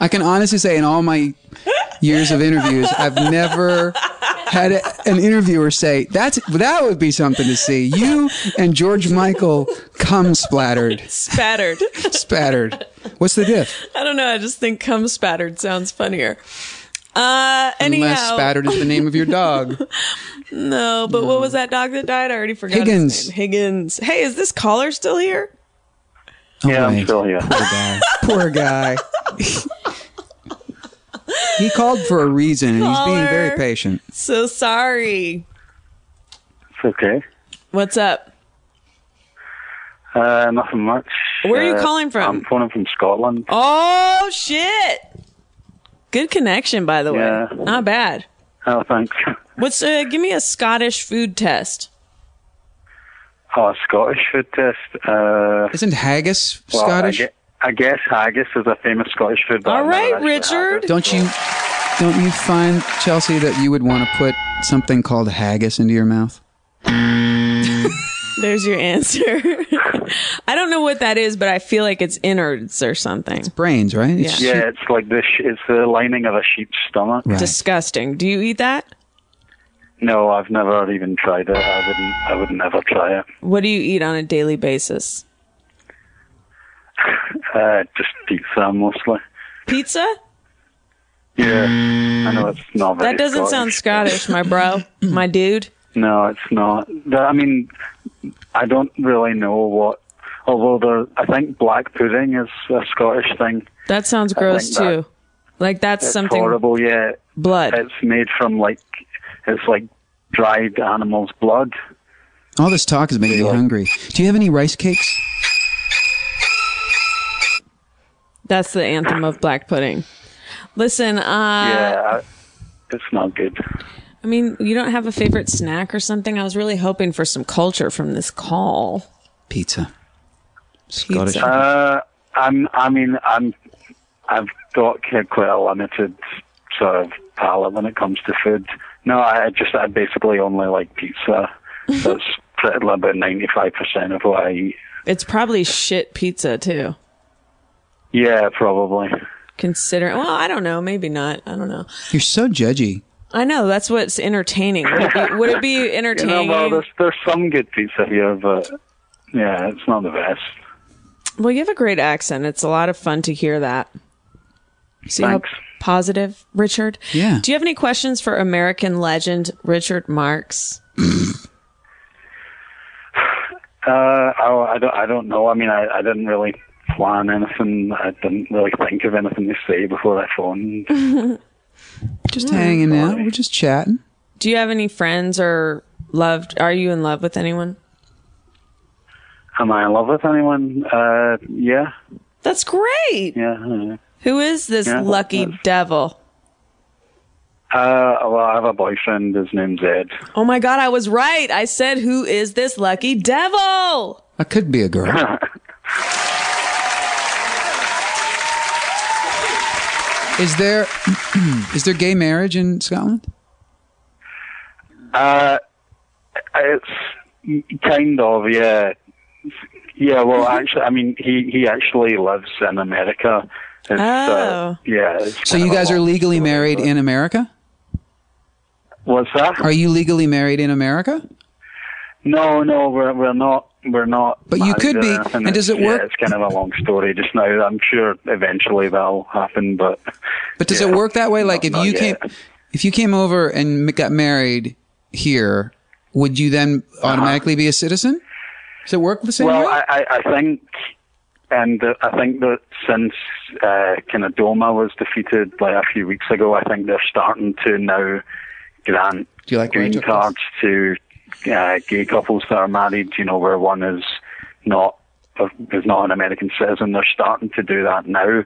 I can honestly say, in all my years of interviews, I've never had a, an interviewer say that's that would be something to see. You and George Michael come splattered,
spattered.
spattered. What's the diff?
I don't know. I just think come spattered sounds funnier. Uh, anyhow,
Unless spattered is the name of your dog.
no. But what was that dog that died? I already forgot. his
Higgins.
name. Higgins. Hey, is this caller still here?
Yeah,
wait.
I'm still here.
Poor guy. Poor guy. he called for a reason, and he's being
Caller.
very patient.
So sorry.
It's okay.
What's up?
Uh, nothing much.
Where are you
Uh,
calling from?
I'm calling from Scotland.
Oh shit! Good connection, by the
Yeah.
way. Not bad.
Oh, thanks.
What's uh, give me a Scottish food test?
Oh, Scottish food test. Uh,
Isn't haggis
well,
Scottish?
I, gue- I guess haggis is a famous Scottish food. but
All
I've
right,
never actually had
Richard.
it.
Don't you don't you find Chelsea that you would want to put something called haggis into your mouth?
There's your answer. I don't know what that is, but I feel like it's innards or something.
Brains, right? It's
Yeah.
shit.
Yeah, it's like the sh- it's the lining of a sheep's stomach.
Right.
Disgusting. Do you eat that?
No, I've never even tried it. I wouldn't. I would never try it.
What do you eat on a daily basis?
Uh, just pizza mostly.
Pizza?
Yeah, I know it's not. Very
That doesn't sound Scottish, my bro, my dude.
No, it's not. The- I mean, I don't really know what. Although the, I think black pudding is a Scottish thing.
That sounds
I
gross
think that-
too. Like that's,
It's
something
horrible. Yeah,
blood.
It's made from like it's like dried animals' blood.
All this talk is making me hungry. Do you have any rice cakes?
That's the anthem of black pudding. Listen, uh
yeah, it's not good.
I mean, you don't have a favorite snack or something? I was really hoping for some culture from this call.
Pizza.
Scottish.
Uh, I'm. I mean, I'm. I've got ki- quite a limited sort of palate when it comes to food. No, I I just I basically only like pizza. That's pretty about ninety five percent of what I eat.
It's probably shit pizza too.
Yeah, probably.
Consider well, I don't know, maybe not. I don't know.
You're so judgy.
I know that's what's entertaining. Would it be, would it be
You
entertaining?
know, well, there's there's some good pizza here, but yeah, it's not the best.
Well, you have a great accent. It's a lot of fun to hear that. See
Thanks.
how positive, Richard?
Yeah.
Do you have any questions for American legend Richard Marks?
Uh, oh, I don't, I don't know. I mean, I, I didn't really plan anything. I didn't really think of anything to say before I phoned.
Just hanging out. We're just chatting.
Do you have any friends or loved? Are you in love with anyone?
Am I in love with anyone? Uh, yeah,
That's great.
yeah.
Who is this
Yeah,
lucky devil?
Uh, well, I have a boyfriend. His name's Ed.
Oh my God, I was right. I said, Who is this lucky devil?
I could be a girl. is there is there gay marriage in Scotland?
Uh, it's kind of yeah, yeah. Well, actually, I mean, he he actually lives in America. It's, uh,
Oh.
yeah. it's
So you
kind of
guys are
a-
legally married in America?
What's that?
Are you legally married in America?
No, no, we're we're not we're not.
But you
married
could
or
be.
anything.
And does
It's-
it work-
Yeah, it's kind of a long story just now. I'm sure eventually that'll happen, but
But does it
yeah.
work that way? Like if
not
you came,
yet.
if you came over and m- got married here, would you then automatically be a citizen? Does it work the same
Uh-huh. well,
way?
I, I, I think, and uh, I think that since uh, kind of Doma was defeated like a few weeks ago, I think they're starting to now grant
Do you like
green cards to uh, gay couples that are married. You know, where one is not uh, is not an American citizen. They're starting to do that now.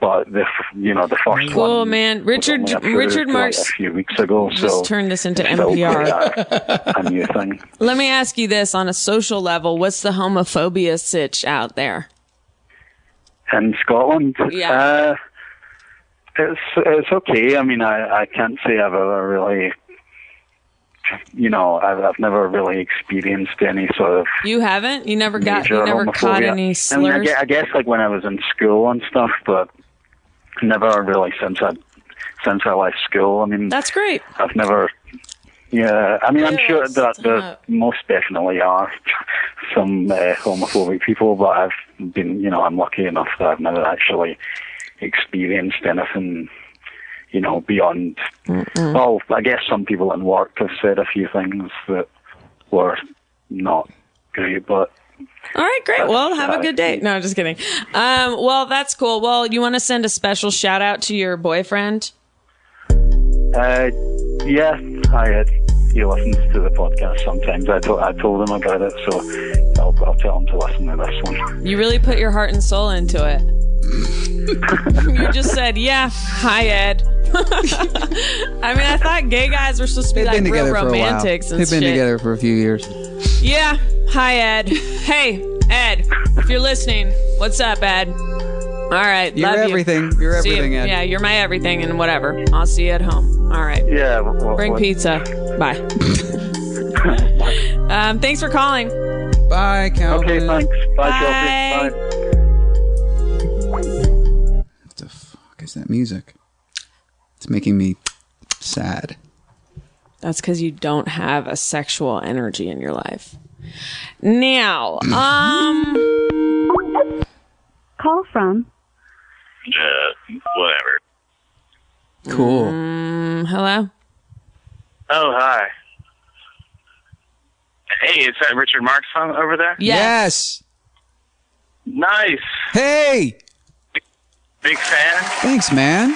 But the f- you know the first
Cool,
one
man.
was
Richard-
only approved,
Richard
like,
Marx-
a few weeks ago. so
Just turned this into
it's still
NPR.
quite a- a new thing.
Let me ask you this on a social level what's the homophobia sitch out there?
in Scotland.
Yeah.
Uh, it's it's okay. I mean, I, I can't say I've ever really, you know, I've, I've never really experienced any sort of
You haven't? You never got,
major
you never
homophobia.
caught any
I, mean, I,
slurs?
guess, I guess like when I was in school and stuff, but never really since I since I left school. I mean,
That's great.
I've never. Yeah, I mean, I'm sure that there most definitely are some uh, homophobic people, but I've been, you know, I'm lucky enough that I've never actually experienced anything, you know, beyond. Well, I guess some people in work have said a few things that were not great, but
All right, great. Well, have a good day. No, just kidding. Um, well, that's cool. Well, you want to send a special shout out to your boyfriend?
uh, yeah, I had. He listens to the podcast sometimes. I told I told him about it, so I'll, I'll tell him to listen to this one.
You really put your heart and soul into it. you just said, yeah, hi, Ed. I mean, I thought gay guys were supposed to be
They've
like
been
real
together for a while. They've
romantics
been
and shit.
together for a few years.
Yeah, hi, Ed. Hey, Ed, if you're listening, what's up, Ed? All right,
You're
love you.
everything. You're
See you.
everything, Ed.
Yeah, you're my everything and whatever. I'll see you at home. All right.
Yeah.
Bring
what-
pizza. Bye. um, thanks for calling.
Bye, Calvin. Okay, thanks.
Bye,
Bye.
Fuck is that music? It's making me sad.
That's because you don't have a sexual energy in your life. Now, um,
Call from
Uh, whatever.
Cool.
Mm, hello.
Oh, hi. Hey, is that Richard Marks on over there?
Yes.
Nice.
Hey,
Big fan.
thanks, man.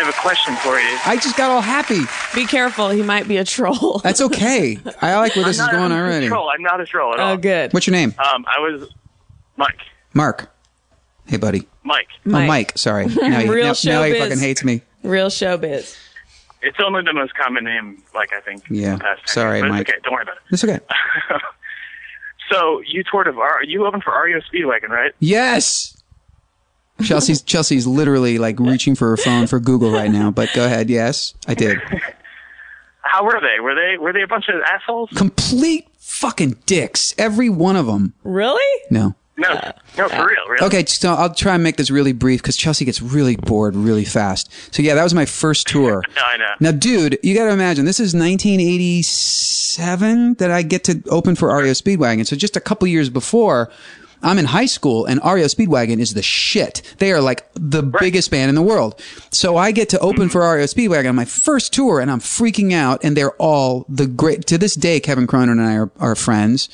have a question for you.
I just got all happy.
Be careful. He might be a troll.
That's okay. I like where this
I'm
is
not
going
a
already.
Troll. I'm not a troll at
Oh,
all.
What's your name?
Um, I was Mike.
Mark. Hey, buddy.
Mike.
Oh, Mike. Sorry. Now he,
Real
now, now he
showbiz.
fucking hates me.
Real showbiz.
It's only the most common name, like I think.
Yeah.
in the past
Sorry,
decade, but
Mike.
It's okay, don't worry about it.
That's okay.
So you toured of R. You opened for REO Speedwagon, right?
Yes. Chelsea's Chelsea's literally like reaching for her phone for Google right now. But go ahead. Yes, I did.
How were they? Were they were they a bunch of assholes?
Complete fucking dicks. Every one of them.
Really?
No.
No, no, for real, really.
Okay, so I'll try and make this really brief because Chelsea gets really bored really fast. So yeah, that was my first tour.
I know.
Now, dude, you got to imagine this is 1987 that I get to open for REO Speedwagon. So just a couple years before, I'm in high school and REO Speedwagon is the shit. They are like the biggest band in the world. So I get to
Mm-hmm.
open for REO Speedwagon on my first tour and I'm freaking out and they're all the great. To this day, Kevin Cronin and I are, are friends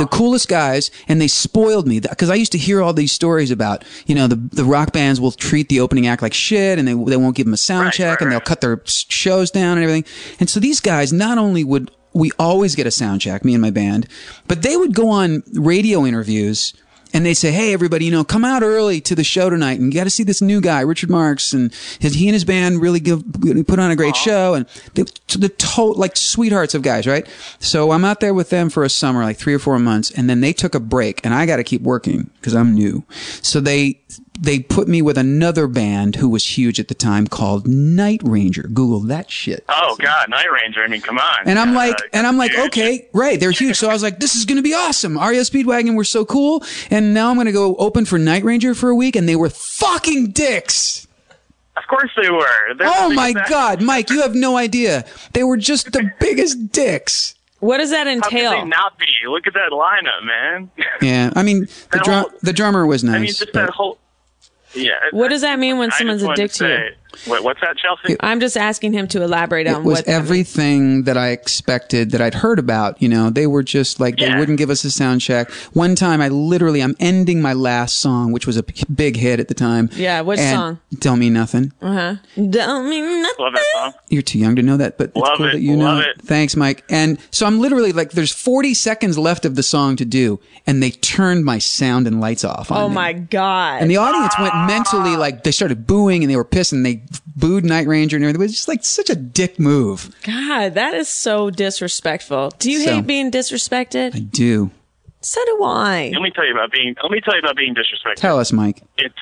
the coolest guys, and they spoiled me because I used to hear all these stories about you know the the rock bands will treat the opening act like shit, and they they won't give them a sound check, and they'll cut their s- shows down and everything. And so these guys not only would we always get a sound check, me and my band, but they would go on radio interviews. And they say, "Hey, everybody, you know, come out early to the show tonight, and you got to see this new guy, Richard Marks, and his, he and his band really give put on a great show." And they, the total like sweethearts of guys, right? So I'm out there with them for a summer, like three or four months, and then they took a break, and I got to keep working because I'm new. So they they put me with another band who was huge at the time called Night Ranger. Google that shit.
Oh God, Night Ranger. I mean, come on.
And I'm
Uh,
like, and I'm like, okay, right, they're huge. So I was like, this is going to be awesome. REO Speedwagon were so cool, and now I'm going to go open for Night Ranger for a week, and they were fucking dicks.
Of course they were. They're
oh
the
my
exact-
god, Mike, you have no idea. They were just the biggest dicks.
What does that
How could
entail?
they not be? Look at that lineup, man.
Yeah, I mean, the
That
drum,
whole-
the drummer was nice.
I mean, just that whole. Yeah.
What does that mean when
I
someone's
just
a
wanted
dick to you?
say- Wait, what's that, Chelsea?
I'm just asking him to elaborate on
it was
what.
everything that I expected that I'd heard about. You know, they were just like they wouldn't give us a sound check. One time, I literally I'm ending my last song, which was a p- big hit at the time.
Yeah, which
and
song?
Don't mean nothing.
Uh huh. Don't mean nothing.
Love that song.
You're too young to know that, but it's
Love
cool
it,
that you
love
know.
it.
Thanks, Mike. And so I'm literally like, there's 40 seconds left of the song to do, and they turned my sound and lights off. on
Oh
me.
my god.
And the audience went mentally like they started booing and they were pissed and they booed Night Ranger and everything. It was just like such a dick move.
God, that is so disrespectful. Do you
So-
hate being disrespected?
Do
so do I.
Let me tell you about being. Let me tell you about being disrespectful.
tell us, Mike.
It's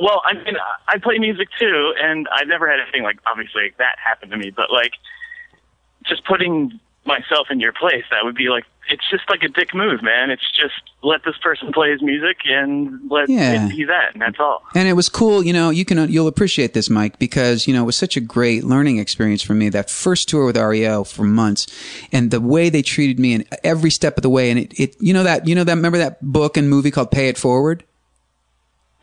well, I mean, I play music too, and I've never had anything like obviously like that happen to me. But like, just putting myself in your place, that would be like it's just like a dick move, man. It's just let this person play his music and let
Yeah.
it be that, and that's all.
And it was cool, you know, you can you'll appreciate this, Mike, because you know, it was such a great learning experience for me. That first tour with REO for months and the way they treated me and every step of the way and it, it you know that you know that remember that book and movie called Pay It Forward?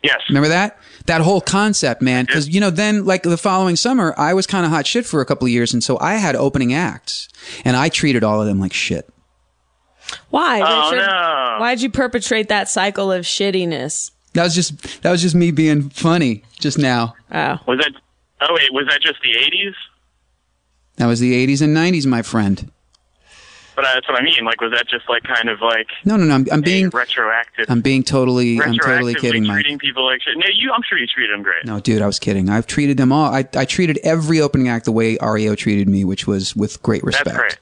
Yes.
Remember that? That whole concept, man. Because, you know, then like the following summer, I was kind of hot shit for a couple of years. And so I had opening acts and I treated all of them like shit.
Why?
Oh,
Richard?
no.
Why'd you perpetrate that cycle of shittiness?
That was just, that was just me being funny just now.
Oh.
Was that? Oh wait, was that just the '80s?
That was the 80s and 90s, my friend.
But uh, that's what I mean. Like, was that just like kind of like
No, no, no. I'm, I'm being,
retroactive?
I'm being totally, I'm
retroactively
totally kidding, Mike.
treating people like shit. No, you. I'm sure you treat them great.
No, dude, I was kidding. I've treated them all. I, I treated every opening act the way REO treated me, which was with great respect.
That's great.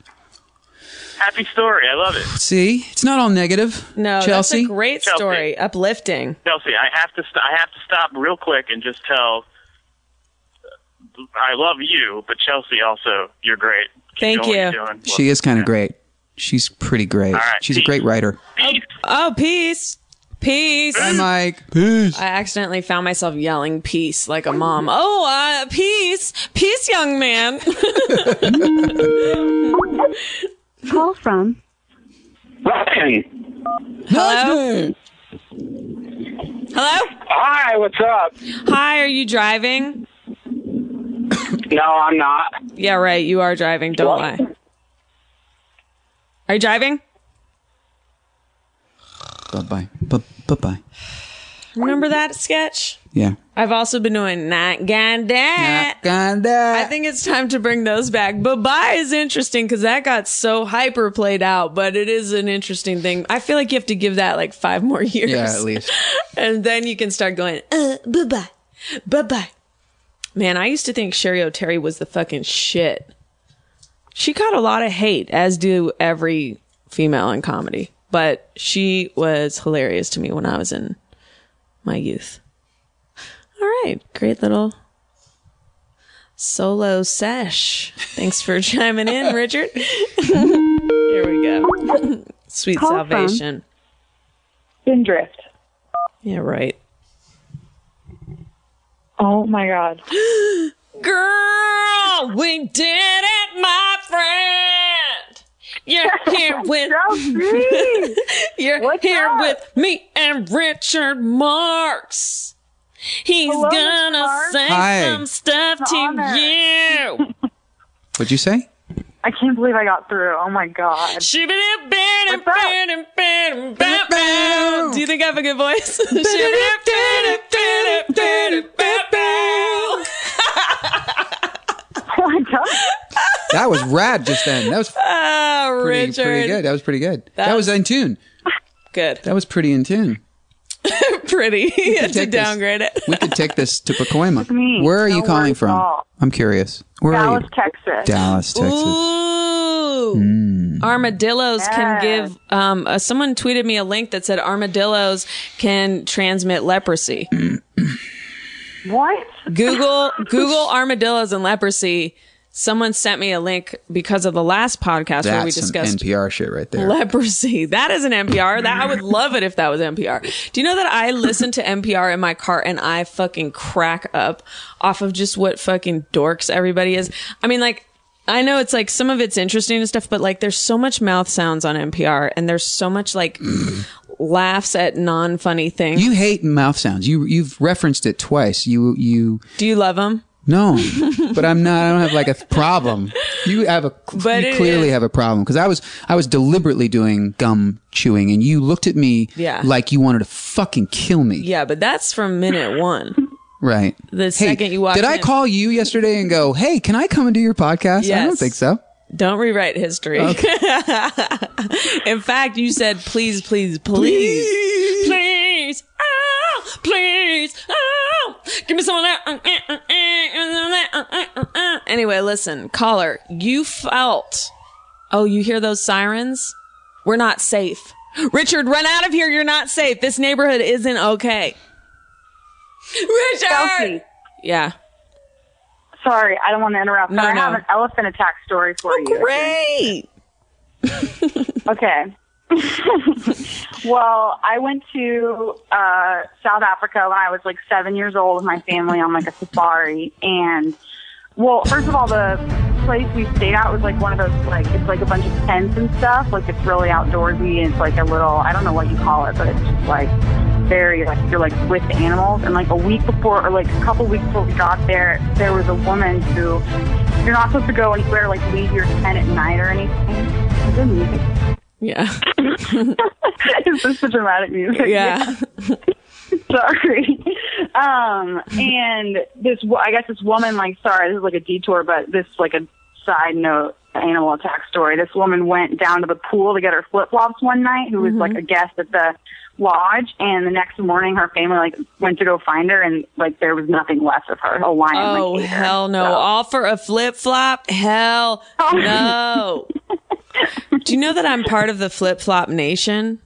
Happy story. I love it.
See, it's not all negative.
No,
Chelsea?
that's a great story. Uplifting.
Chelsea, I have to st- I have to stop real quick and just tell I love you, but Chelsea also, you're great. Keep
Thank
doing what
you.
you're doing.
She is kind of great. She's pretty great.
All right,
She's a great writer.
Oh, peace. Peace.
Hi, Mike. Peace.
I accidentally found myself yelling peace like a mom. Oh, uh, peace. Peace, young man.
Call from.
Ryan.
Hello. Hello?
Hi, what's up?
Hi, are you driving?
No, I'm not.
Yeah, right. You are driving. Don't lie. Are you driving?
Bye bye. Bye bye.
Remember that sketch?
Yeah.
I've also been doing not gonna that. Eh. I think it's time to bring those back. But bye is interesting because that got so hyper played out, but it is an interesting thing. I feel like you have to give that like five more years.
Yeah, at least.
and then you can start going, uh, bye bye. Bye bye. Man, I used to think Sherry O'Terry was the fucking shit. She caught a lot of hate, as do every female in comedy. But she was hilarious to me when I was in my youth. All right. Great little solo sesh. Thanks for chiming in, Richard. Here we go. Sweet
Call from-
salvation.
Spindrift.
Yeah, right.
Oh my god.
Girl, we did it, my friend. You're here with You're here with me and Richard Marks. He's
Hello, Miss
gonna
Marks.
say
Hi.
some stuff
It's
to
an honor.
you.
What'd you say?
I can't believe I got through. Oh my god.
Do you think I have a good voice?
Oh my god.
That was rad just then. That was
Ah,
pretty,
Richard.
pretty good. That was pretty good. That, was in tune.
Good.
That was pretty in tune.
pretty.
can
to
take this.
downgrade it.
We could take this to Pacoima.
me.
Where are you
No
calling
worries at
from?
all.
I'm curious. Where are
Dallas,
you?
Texas.
Dallas, Texas. Mm.
Ooh. Armadillos can give. Um, uh, someone tweeted me a link that said armadillos can transmit leprosy.
What?
Google Google armadillos and leprosy. Someone sent me a link because of the last podcast where we
That's some
discussed
NPR shit right there.
Leprosy. That is an NPR. That I would love it if that was NPR. Do you know that I listen to NPR in my car and I fucking crack up off of just what fucking dorks everybody is? I mean, like, I know it's like some of it's interesting and stuff, but like there's so much mouth sounds on NPR and there's so much like laughs at non funny things.
You hate mouth sounds. You you've referenced it twice. You you
Do you love them?
no, but I'm not. I don't have like a th- problem. You have a
But
you
it
clearly
is-
have a problem because I was I was deliberately doing gum chewing and you looked at me
Yeah.
like you wanted to fucking kill me.
Yeah, but that's from minute one.
Right.
The second you walked
Did I
in.
call you yesterday and go, "Hey, can I come and do your podcast?" I don't
Yes.
think so.
Don't rewrite history. in fact, you said, please, please, please. Please, oh, please, oh, give me some of that. uh, uh, uh, uh, uh, uh, uh, uh, uh. Anyway, listen, caller, you felt. Oh, you hear those sirens? We're not safe. Richard, run out of here. You're not safe. This neighborhood isn't okay. Richard!
Kelsey,
Yeah.
sorry, I don't want to interrupt, but
No,
I
no. Oh,
have an elephant attack story for you.
Great.
Okay. well, I went to uh, South Africa when I was like seven years old with my family on like a safari. And, well, first of all, the place we stayed at was like one of those, like, it's like a bunch of tents and stuff. Like, it's really outdoorsy and it's like a little, I don't know what you call it, but it's just like very, like, you're like with the animals. And like a week before, or like a couple weeks before we got there, there was a woman who, you're not supposed to go anywhere, like, leave your tent at night or anything. Is there music?
Yeah.
it's just the dramatic music.
Yeah.
sorry. Um, and this, wo- I guess this woman, like, sorry, this is like a detour, but this, like, a side note animal attack story. This woman went down to the pool to get her flip flops one night, who was
Mhm.
like
Mm-hmm.
a guest at the lodge. And the next morning, her family, like, went to go find her, and, like, there was nothing left of her. A lion. like,
Oh,
ate her.
hell no. All for a flip flop? Hell no. Do you know that I'm part of the flip flop nation?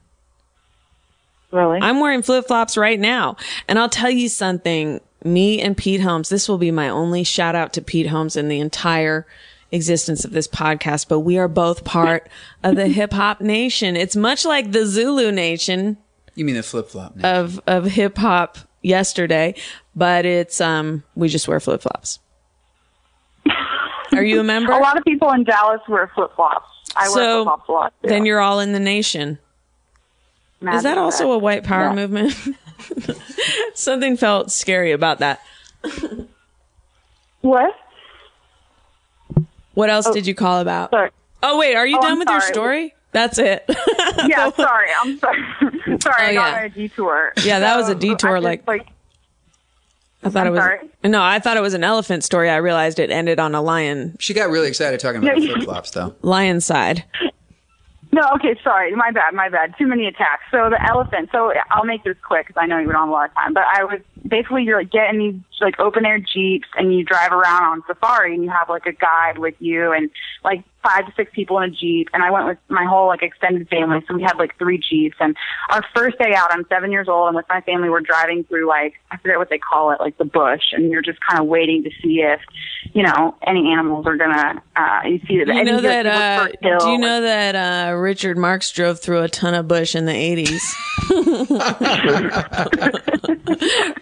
Really?
I'm wearing flip flops right now. And I'll tell you something. Me and Pete Holmes, this will be my only shout out to Pete Holmes in the entire existence of this podcast, but we are both part of the hip hop nation. It's much like the Zulu nation
You mean the flip flop?
of, of hip hop yesterday, but it's, um, we just wear flip flops. Are you a member?
A lot of people in Dallas wear flip flops. I wear flip flops a lot. too.
Then you're all in the nation.
Mad
Is that
at
also a white power
Yeah.
movement? Something felt scary about that.
What?
What else did you call about?
Sorry.
Oh wait, are you
Oh,
done
I'm
with your
sorry.
story? That's it.
yeah, sorry. I'm sorry. sorry,
Oh,
I got
yeah.
on a detour.
Yeah, that was a
So,
detour,
I just,
like-
like
I thought it was
sorry?
no. I thought it was an elephant story. I realized it ended on a lion.
She got really excited talking
about Yeah. flip
flops, though.
Lion side.
No, okay, sorry. My bad, my bad. Too many attacks. So the elephant. So I'll make this quick because I know you don't have a lot of time. But I was basically you're like getting these like open air jeeps and you drive around on safari and you have like a guide with you and like five to six people in a jeep. And I went with my whole like extended family, so we had like three jeeps. And our first day out, I'm seven years old, and with my family, we're driving through like I forget what they call it, like the bush, and you're just kind of waiting to see if you know any animals are gonna. Uh, you see that
You
and
know
you, like,
that? Uh,
look for a hill
do you
and-
know that uh, Richard Marx drove through a ton of bush in the eighties?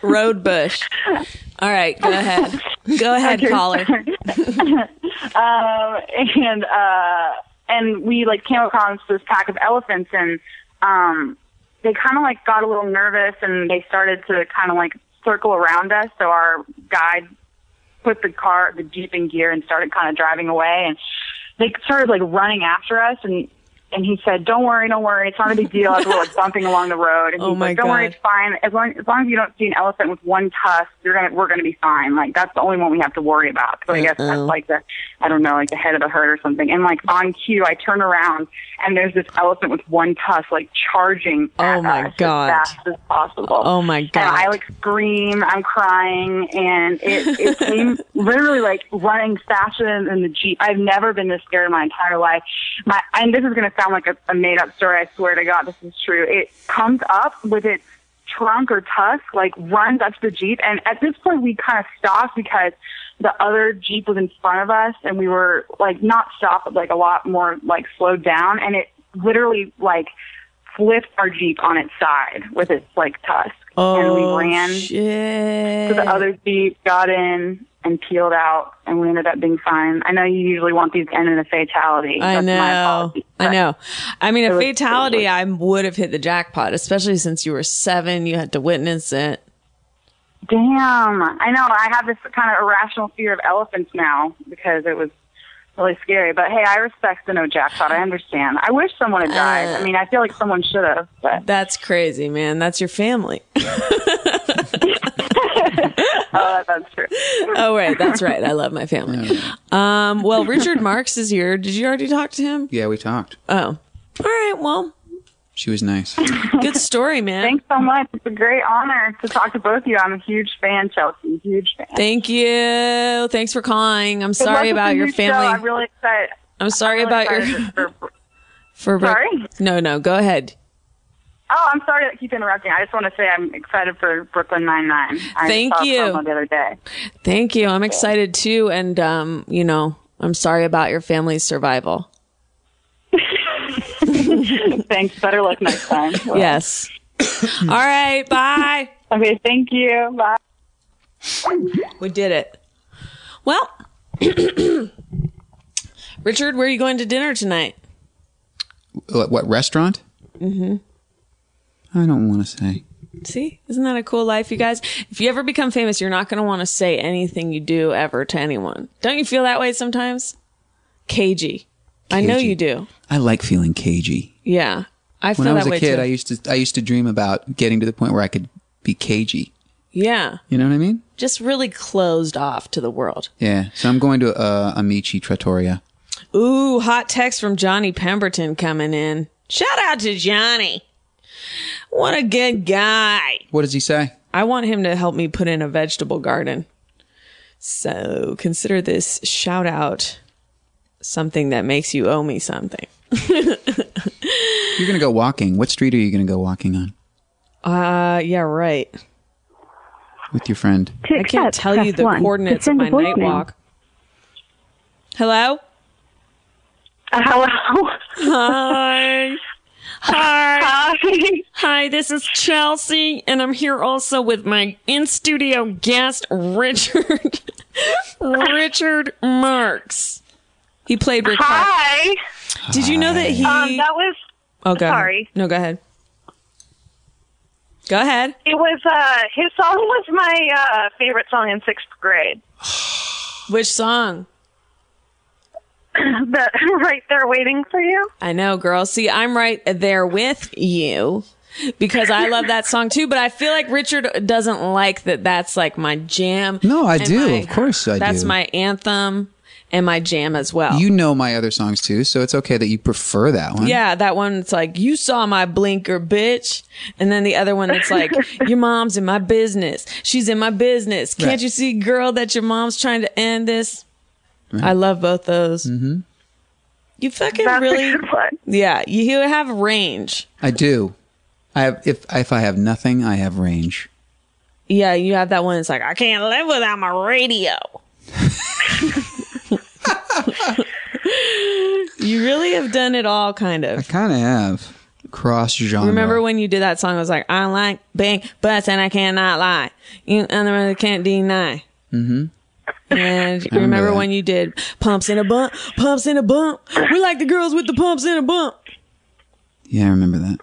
Road bush. All right, go ahead. Go ahead,
Okay,
caller.
um, and uh, and we like came across this pack of elephants, and um, they kind of like got a little nervous, and they started to kind of like circle around us. So our guide put the car, the jeep in gear, and started kind of driving away, and they started like running after us, and. And he said, "Don't worry, don't worry. It's not a big deal." As we're like bumping along the road, and
Oh
he's
my
like, "Don't worry,
God.
it's fine. As long as long as you don't see an elephant with one tusk, you're gonna we're gonna be fine. Like that's the only one we have to worry about. So I guess that's
Uh-oh.
like the I don't know, like the head of the herd or something. And like on cue, I turn around and there's this elephant with one tusk like charging.
Oh my god.
As fast as possible.
Oh my
And I
god.
like scream, I'm crying, and it, it came literally like running faster than, than the Jeep. I've never been this scared in my entire life. My and this is gonna sound like a, a made up story, I swear to God this is true. It comes up with its trunk or tusk, like runs up to the Jeep and at this point we kind of stopped because the other Jeep was in front of us and we were like not stopped but like a lot more like slowed down and it literally like flipped our Jeep on its side with its like tusk. and we
Oh,
ran
shit.
to the other Jeep, got in and peeled out and we ended up being fine. I know you usually want these to end in a fatality.
I
That's my
know. I know. I mean,
It
a
was-
fatality, I would have hit the jackpot, especially since you were seven. You had to witness it.
Damn. I know. I have this kind of irrational fear of elephants now because it was really scary. But hey, I respect the no jackpot. I understand. I wish someone had died.
Uh.
I mean, I feel like someone should have. But
That's crazy, man. That's your family.
oh, that's true.
Oh, right. That's right. I love my family. Um, well, Richard Marx is here. Did you already talk to him?
Yeah, we talked.
Oh. All right. Well,
She was nice.
good story, man.
Thanks so much. It's a great honor to talk to both of you. I'm a huge fan, Chelsea. Huge fan.
Thank you. Thanks for calling. I'm
Good luck
sorry
with
about
the
your
new show.
family.
I'm really excited.
I'm sorry
I'm really
about your
excited for-
for Rick-
Sorry?
No, no. Go ahead.
Oh, I'm sorry to keep interrupting. I just want to say I'm excited for Brooklyn Nine Nine. I
Thank
saw a
you.
promo The other day.
Thank you. I'm excited too, and um, you know, I'm sorry about your family's survival.
Thanks. Better luck next time.
Yes. All right. Bye.
Okay. Thank you. Bye.
We did it. Well, Richard, where are you going to dinner tonight?
What, what restaurant?
Mm-hmm.
I don't want to say.
See, isn't that a cool life, you guys? If you ever become famous, you're not going to want to say anything you do ever to anyone. Don't you feel that way sometimes? Cagey. I know
Cagey.
you do.
I like feeling cagey.
Yeah. I feel
when I was
that
a
way
kid,
too.
I used to I used to dream about getting to the point where I could be cagey.
yeah.
You know what I mean?
Just really closed off to the world.
Yeah. So I'm going to uh, Amici Trattoria.
Ooh, hot text from Johnny Pemberton coming in. Shout out to Johnny. What a good guy.
What does he say?
I want him to help me put in a vegetable garden. So consider this shout out something that makes you owe me something.
You're going to go walking. What street are you going to go walking on
Uh, yeah, right.
with your friend?
I can't tell you the coordinates of my night walk. Hello? Uh,
Hello.
Hi. Hi. Hi, this is Chelsea, and I'm here also with my in studio guest, Richard. Richard Marks. He played Rick.
Hi.
Did you know that he.
Um, that was.
oh, go ahead.
sorry.
No, go ahead. Go ahead.
It was. Uh, his song was my uh, favorite song in sixth grade.
Which song?
that right there waiting for you.
I know, girl. See, I'm right there with you because I love that song too. But I feel like Richard doesn't like that. That's like my jam.
No, I
and
do.
my-
of course, I do.
That's my anthem and my jam as well.
You know my other songs too, so it's okay that you prefer that one.
Yeah, that one that's like, you saw my blinker, bitch. And then the other one that's like, your mom's in my business. She's in my business. Can't
Right.
you see, girl, that your mom's trying to end this? I love both those.
Mm-hmm.
You fucking really. Yeah, you you have range.
I do. I have, if if I have nothing, I have range.
Yeah, you have that one that's like, I can't live without my radio. you really have done it all, kind of.
I kind of have cross genre.
Remember when you did that song? I was like, I like bang butts and I cannot lie. You other can't deny.
Mm-hmm.
And
I remember
remember,
that.
when you did pumps in a bump, pumps in a bump. We like the girls with the pumps in a bump.
Yeah, I remember that.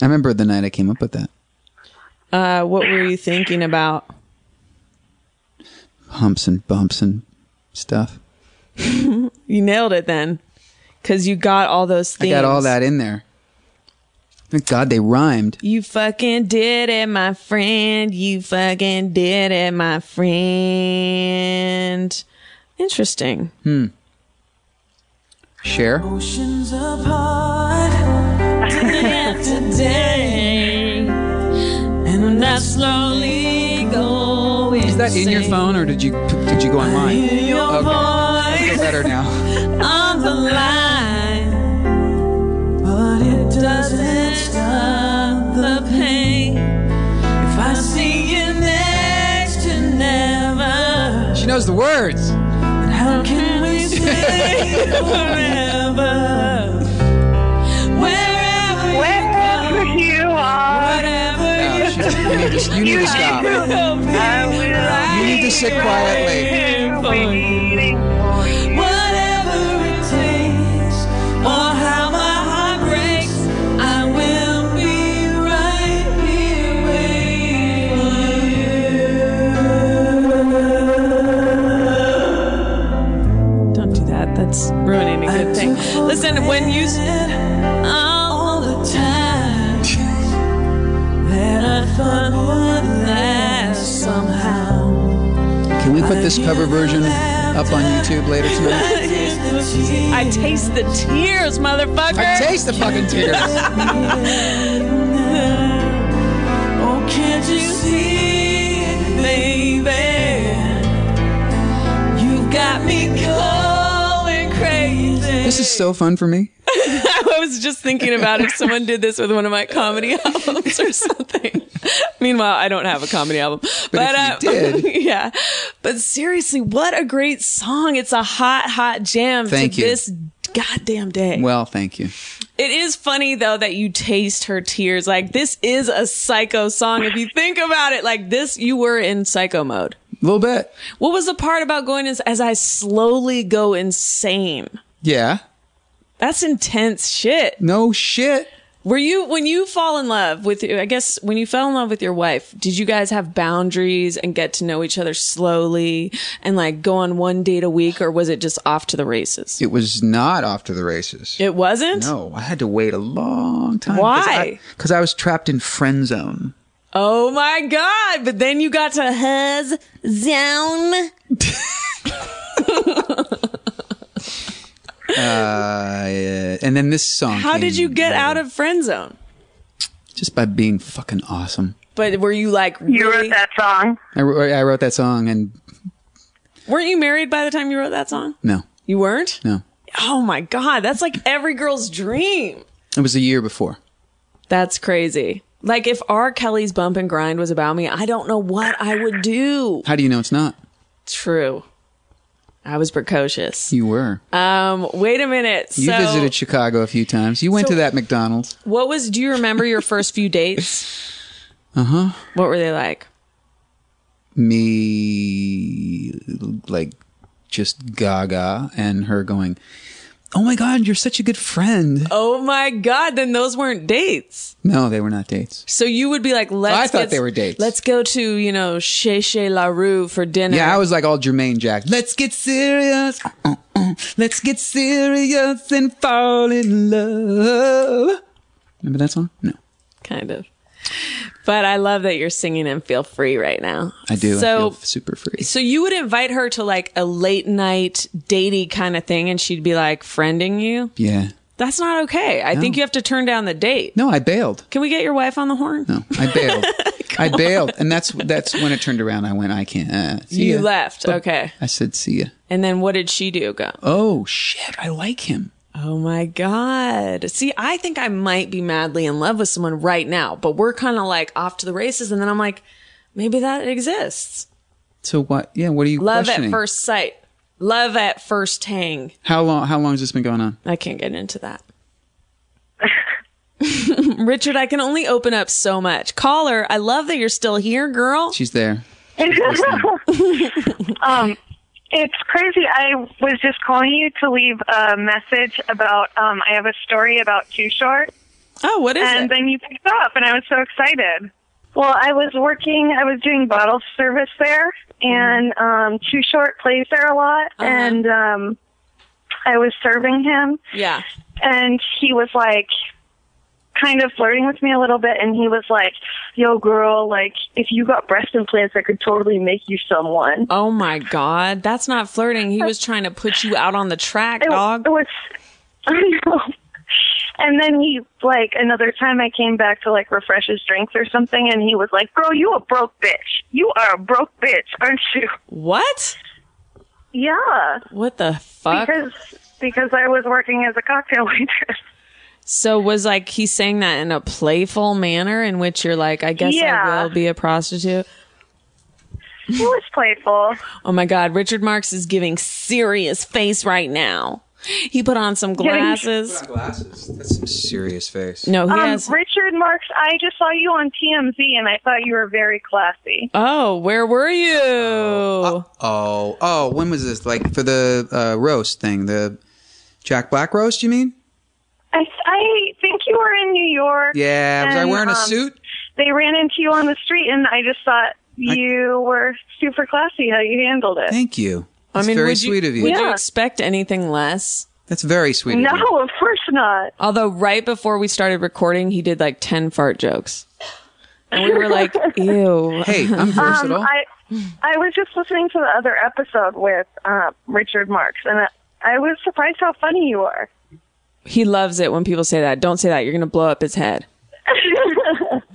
I remember the night I came up with that.
Uh, what were you thinking about?
Humps and bumps and stuff.
you nailed it then, because you got all those things.
I got all that in there. Thank God they rhymed.
You fucking did it, my friend. You fucking did it, my friend. Interesting.
Hmm. Share.
Oceans apart, day after day, and I'm not slowly going.
Is that in your phone or did you did you go online?
I hear your
okay.
voice.
Feel better now.
on the line, but it doesn't stop the pain. If I see you next to never,
She knows the words.
how can we stay forever? Wherever, Wherever you, are, whatever
No, she's- you need to, you need to stop. You need to sit quietly.
Whatever it takes, or how my heart breaks, I will be right here waiting
Don't do that. That's ruining a good thing.
for you.
Listen, when you. "Oh."
all the time that I thought would last somehow.
Can we put this cover version up on YouTube later tonight?
I taste the tears, motherfucker.
I taste
the fucking tears.
Oh, can't you see it, baby? You've got me going crazy.
This is so fun for me.
I was just thinking about if someone did this with one of my comedy albums or something. Meanwhile, I don't have a comedy album.
if
But,
you
uh,
did-
yeah. But seriously, what a great song. It's a hot, hot jam
Thank
to
you.
this goddamn day.
Well, thank you.
It is funny though that you taste her tears. Like this is a psycho song. If you think about it, like this, you were in psycho mode.
A little bit.
What was the part about going as, as I slowly go insane?
Yeah.
That's intense shit.
No shit.
Were you when you fall in love with I guess when you fell in love with your wife, did you guys have boundaries and get to know each other slowly and like go on one date a week or was it just off to the races?
It was not off to the races.
It wasn't?
No, I had to wait a long time.
Why?
Because I, was trapped in friend zone.
Oh my god, but then you got to his zone.
Uh, yeah. and then this song.
How
came
did you get out of friend zone?
Just by being fucking awesome.
But were you like You wrote that
song.
I, wr- I wrote that song and
Weren't you married by the time you wrote that song?
no,
You weren't?
no.
Oh my god, that's like every girl's dream.
It was a year before.
That's crazy. Like if R. Kelly's bump and grind was about me, I don't know what I would do.
How do you know it's not?
True. I was precocious.
You were.
Um, wait a minute.
You
so
visited Chicago a few times. You went to that McDonald's.
what was do you remember your first few dates?
Uh huh.
What were they like?
me like just gaga and her going oh my god you're such a good friend
Oh my god, then those weren't dates.
no they were not dates
So you would be like, let's
I thought
get-
they were dates.
Let's go to, you know, Chez Chez La Rue for dinner.
yeah i was like all jermaine jack let's get serious Uh, uh, uh. Let's get serious and fall in love. Remember that song? No.
kind of. But I love that you're singing and feel free right now.
I do. I
So
feel super free.
so you would invite her to like a late night datey kind of thing and she'd be like friending you?
Yeah.
That's not okay. I think you have to turn down the date.
No, I bailed.
Can we get your wife on the horn?
No, I bailed. I bailed, and that's that's when it turned around. I went, I can't. Uh, see
you
ya.
left.
But
okay.
I said, see ya.
And then what did she do? Go.
Oh shit! I like him.
Oh my God. See, I think I might be madly in love with someone right now, but we're kind of like off to the races. And then I'm like, maybe that exists.
So what? Yeah. What are you
Love at
questioning?
first sight. Love at first tang.
How long? How long has this been going on?
I can't get into that. Richard, I can only open up so much. Caller, I love that you're still here, girl.
She's there.
um, it's crazy. I was just calling you to leave a message about. Um, I have a story about Too Short.
Oh, what is
and
it?
then you picked up, and I was so excited. Well, I was working. I was doing bottle service there, and
Mm.
um, Too Short plays there a lot,
Uh-huh.
and um, I was serving him.
Yeah.
and he was like kind of flirting with me a little bit and he was like yo girl like if you got breast implants i could totally make you someone
Oh my God. That's not flirting. He was trying to put you out on the track,
It-
dog.
it was i know and then he like another time i came back to like refresh his drinks or something and he was like girl you a broke bitch you are a broke bitch aren't you
What?
yeah
What the fuck?
because because i was working as a cocktail waitress
So was like he saying that in a playful manner in which you're like, I guess I
Yeah.
will be a prostitute.
it was playful
Oh my god, Richard Marx is giving serious face right now. He put on some glasses.
glasses. That's some serious face.
No, he
um,
has
Richard Marks, I just saw you on TMZ and I thought you were very classy.
Oh, where were you?
Oh, oh, when was this? Like for the uh, roast thing, the Jack Black roast? You mean?
I, I think you were in New York.
Yeah, was I
and,
wearing a
um,
suit?
They ran into you on the street and I just thought you were super classy how you handled it.
Thank you. That's
I mean,
very
would you,
sweet of you.
Would you
Yeah.
expect anything less?
That's very sweet.
No, of course not.
Although right before we started recording, he did like 10 fart jokes. And we were like, ew.
Hey,
Um, I, I was just listening to the other episode with uh, Richard Marks and I, I was surprised how funny you were.
he loves it when people say that. Don't say that. You're going to blow up his head. Look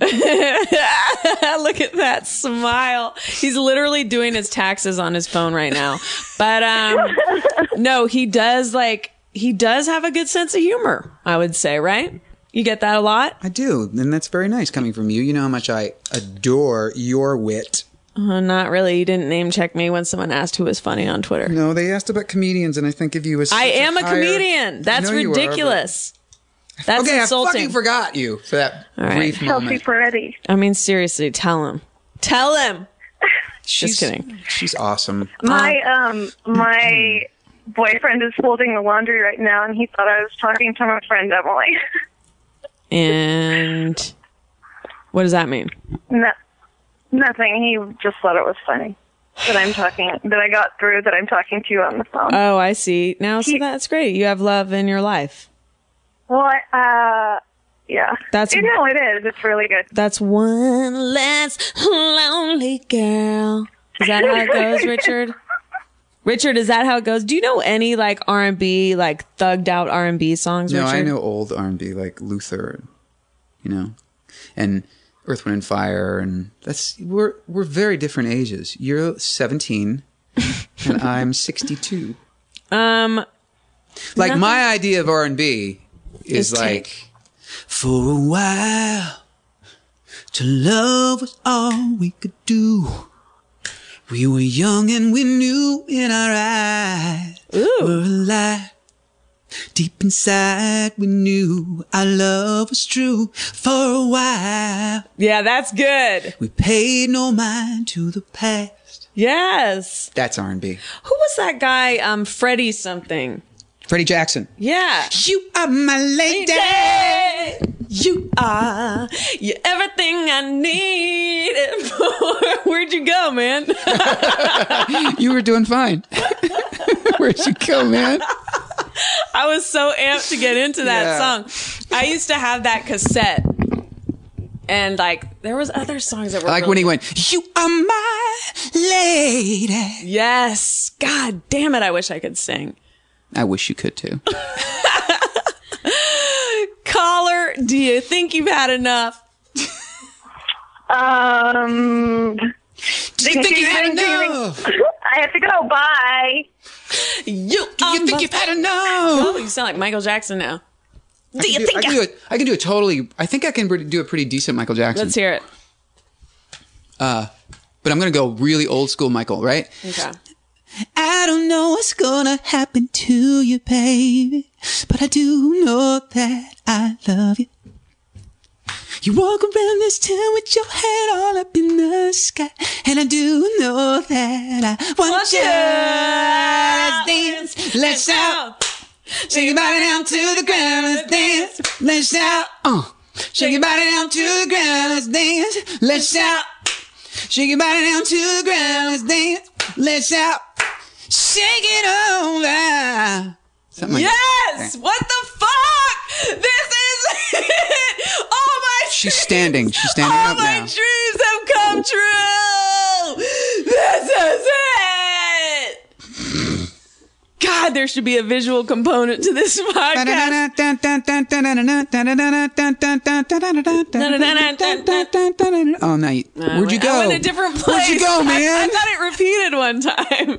at that smile. He's literally doing his taxes on his phone right now. But um no, he does like he does have a good sense of humor, I would say, right? You get that a lot?
I do, and that's very nice coming from you. You know how much I adore your wit.
Uh, not really. You didn't name check me when someone asked who was funny on Twitter.
No, they asked about comedians, and I think if you was
I am a
higher-
comedian. That's
I know you are, but-
ridiculous. That's
okay,
insulting.
I fucking forgot you for that
All right.
brief moment.
Peretti.
I mean, seriously, tell him. Tell him.
She's, Just kidding. She's awesome.
My um my boyfriend is folding the laundry right now, and he thought I was talking to my friend Emily.
And what does that mean?
no, nothing. He just thought it was funny that I'm talking that I got through that I'm talking to you on the phone.
Oh, I see. Now, so that's great. You have love in your life.
well, I, uh, yeah,
That's-
you know Oh, it is. It's really good.
That's one less lonely girl. Is that how it goes, Richard? Richard, is that how it goes? Do you know any like R and B, like thugged out R and B songs?
No,
Richard?
I know old R and B like Luther, you know, and Earth, Wind and Fire, and that's we're we're very different ages. You're 17, and I'm 62.
Um,
Like
nothing-
my idea of R and B is
Is ta-
like for a while to love was all we could do. We were young and we knew in our eyes we're alive. Deep inside, we knew our love was true for a while.
Yeah, that's good.
We paid no mind to the past.
Yes.
That's R and B.
Who was that guy? Um, Freddie something.
Freddie Jackson.
Yeah.
You are my lady.
You are you everything I need. and more. Where'd you go, man?
you were doing fine. Where'd you go, man?
I was so amped to get into that
Yeah.
song. I used to have that cassette, and like there was other songs that were
like
really-
when he went, "You are my lady."
Yes. God damn it! I wish I could sing.
I wish you could too.
Caller, do you think you've had enough?
Um. Do
you think you had
enough? I have to go. Bye.
You, you think you've had
enough?
Oh, you sound like Michael Jackson now.
I can do, I can do it. I can do a totally. I think I can pretty- do a pretty decent Michael Jackson.
Let's hear it.
Uh, but I'm gonna go really old school, Michael. Right?
Okay.
I don't know what's gonna happen to you, baby, but I do know that I love you. You walk around this town with your head all up in the sky, and I do know that I want you. Let's dance, let's shout, shake your body down to the ground. Let's dance, let's shout,
Uh,
shake your body down to the ground. Let's dance, let's shout, shake your body down to the ground. Let's dance, let's shout, shake it over.
Something like
yes! What the fuck? This is it! All my
she's standing. She's standing
all
up
my
now.
dreams have come true. This is it. God, there should be a visual component to this podcast.
oh no! You, where'd you go?
I went a different place.
Where'd you go,
I- I,
man?
thought it repeated one time.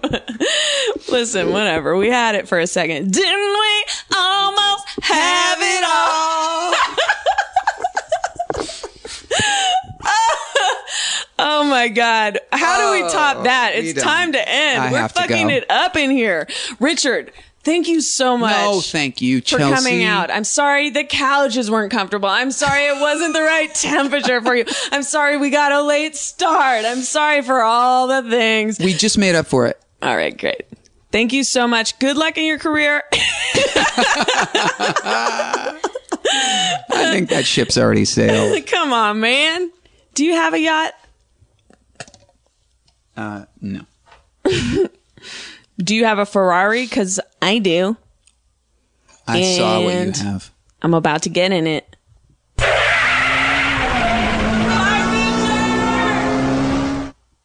Listen, whatever. We had it for a second, didn't we? Almost have it all. oh my God. How do we top that?
we
It's
don't.
time to end.
Oh, I
We're
have to
fucking
go.
it up in here. Richard, thank you so much
no, thank you,
for
Chelsea.
coming out. I'm sorry the couches weren't comfortable. I'm sorry it wasn't the right temperature for you. I'm sorry we got a late start. I'm sorry for all the things.
We just made up for it.
All right, great. Thank you so much. Good luck in your career.
I think that ship's already sailed.
Come on, man. Do you have a yacht?
Uh, no.
Do you have a Ferrari? Because I do.
I saw what you
And-
have.
I'm about to get in it.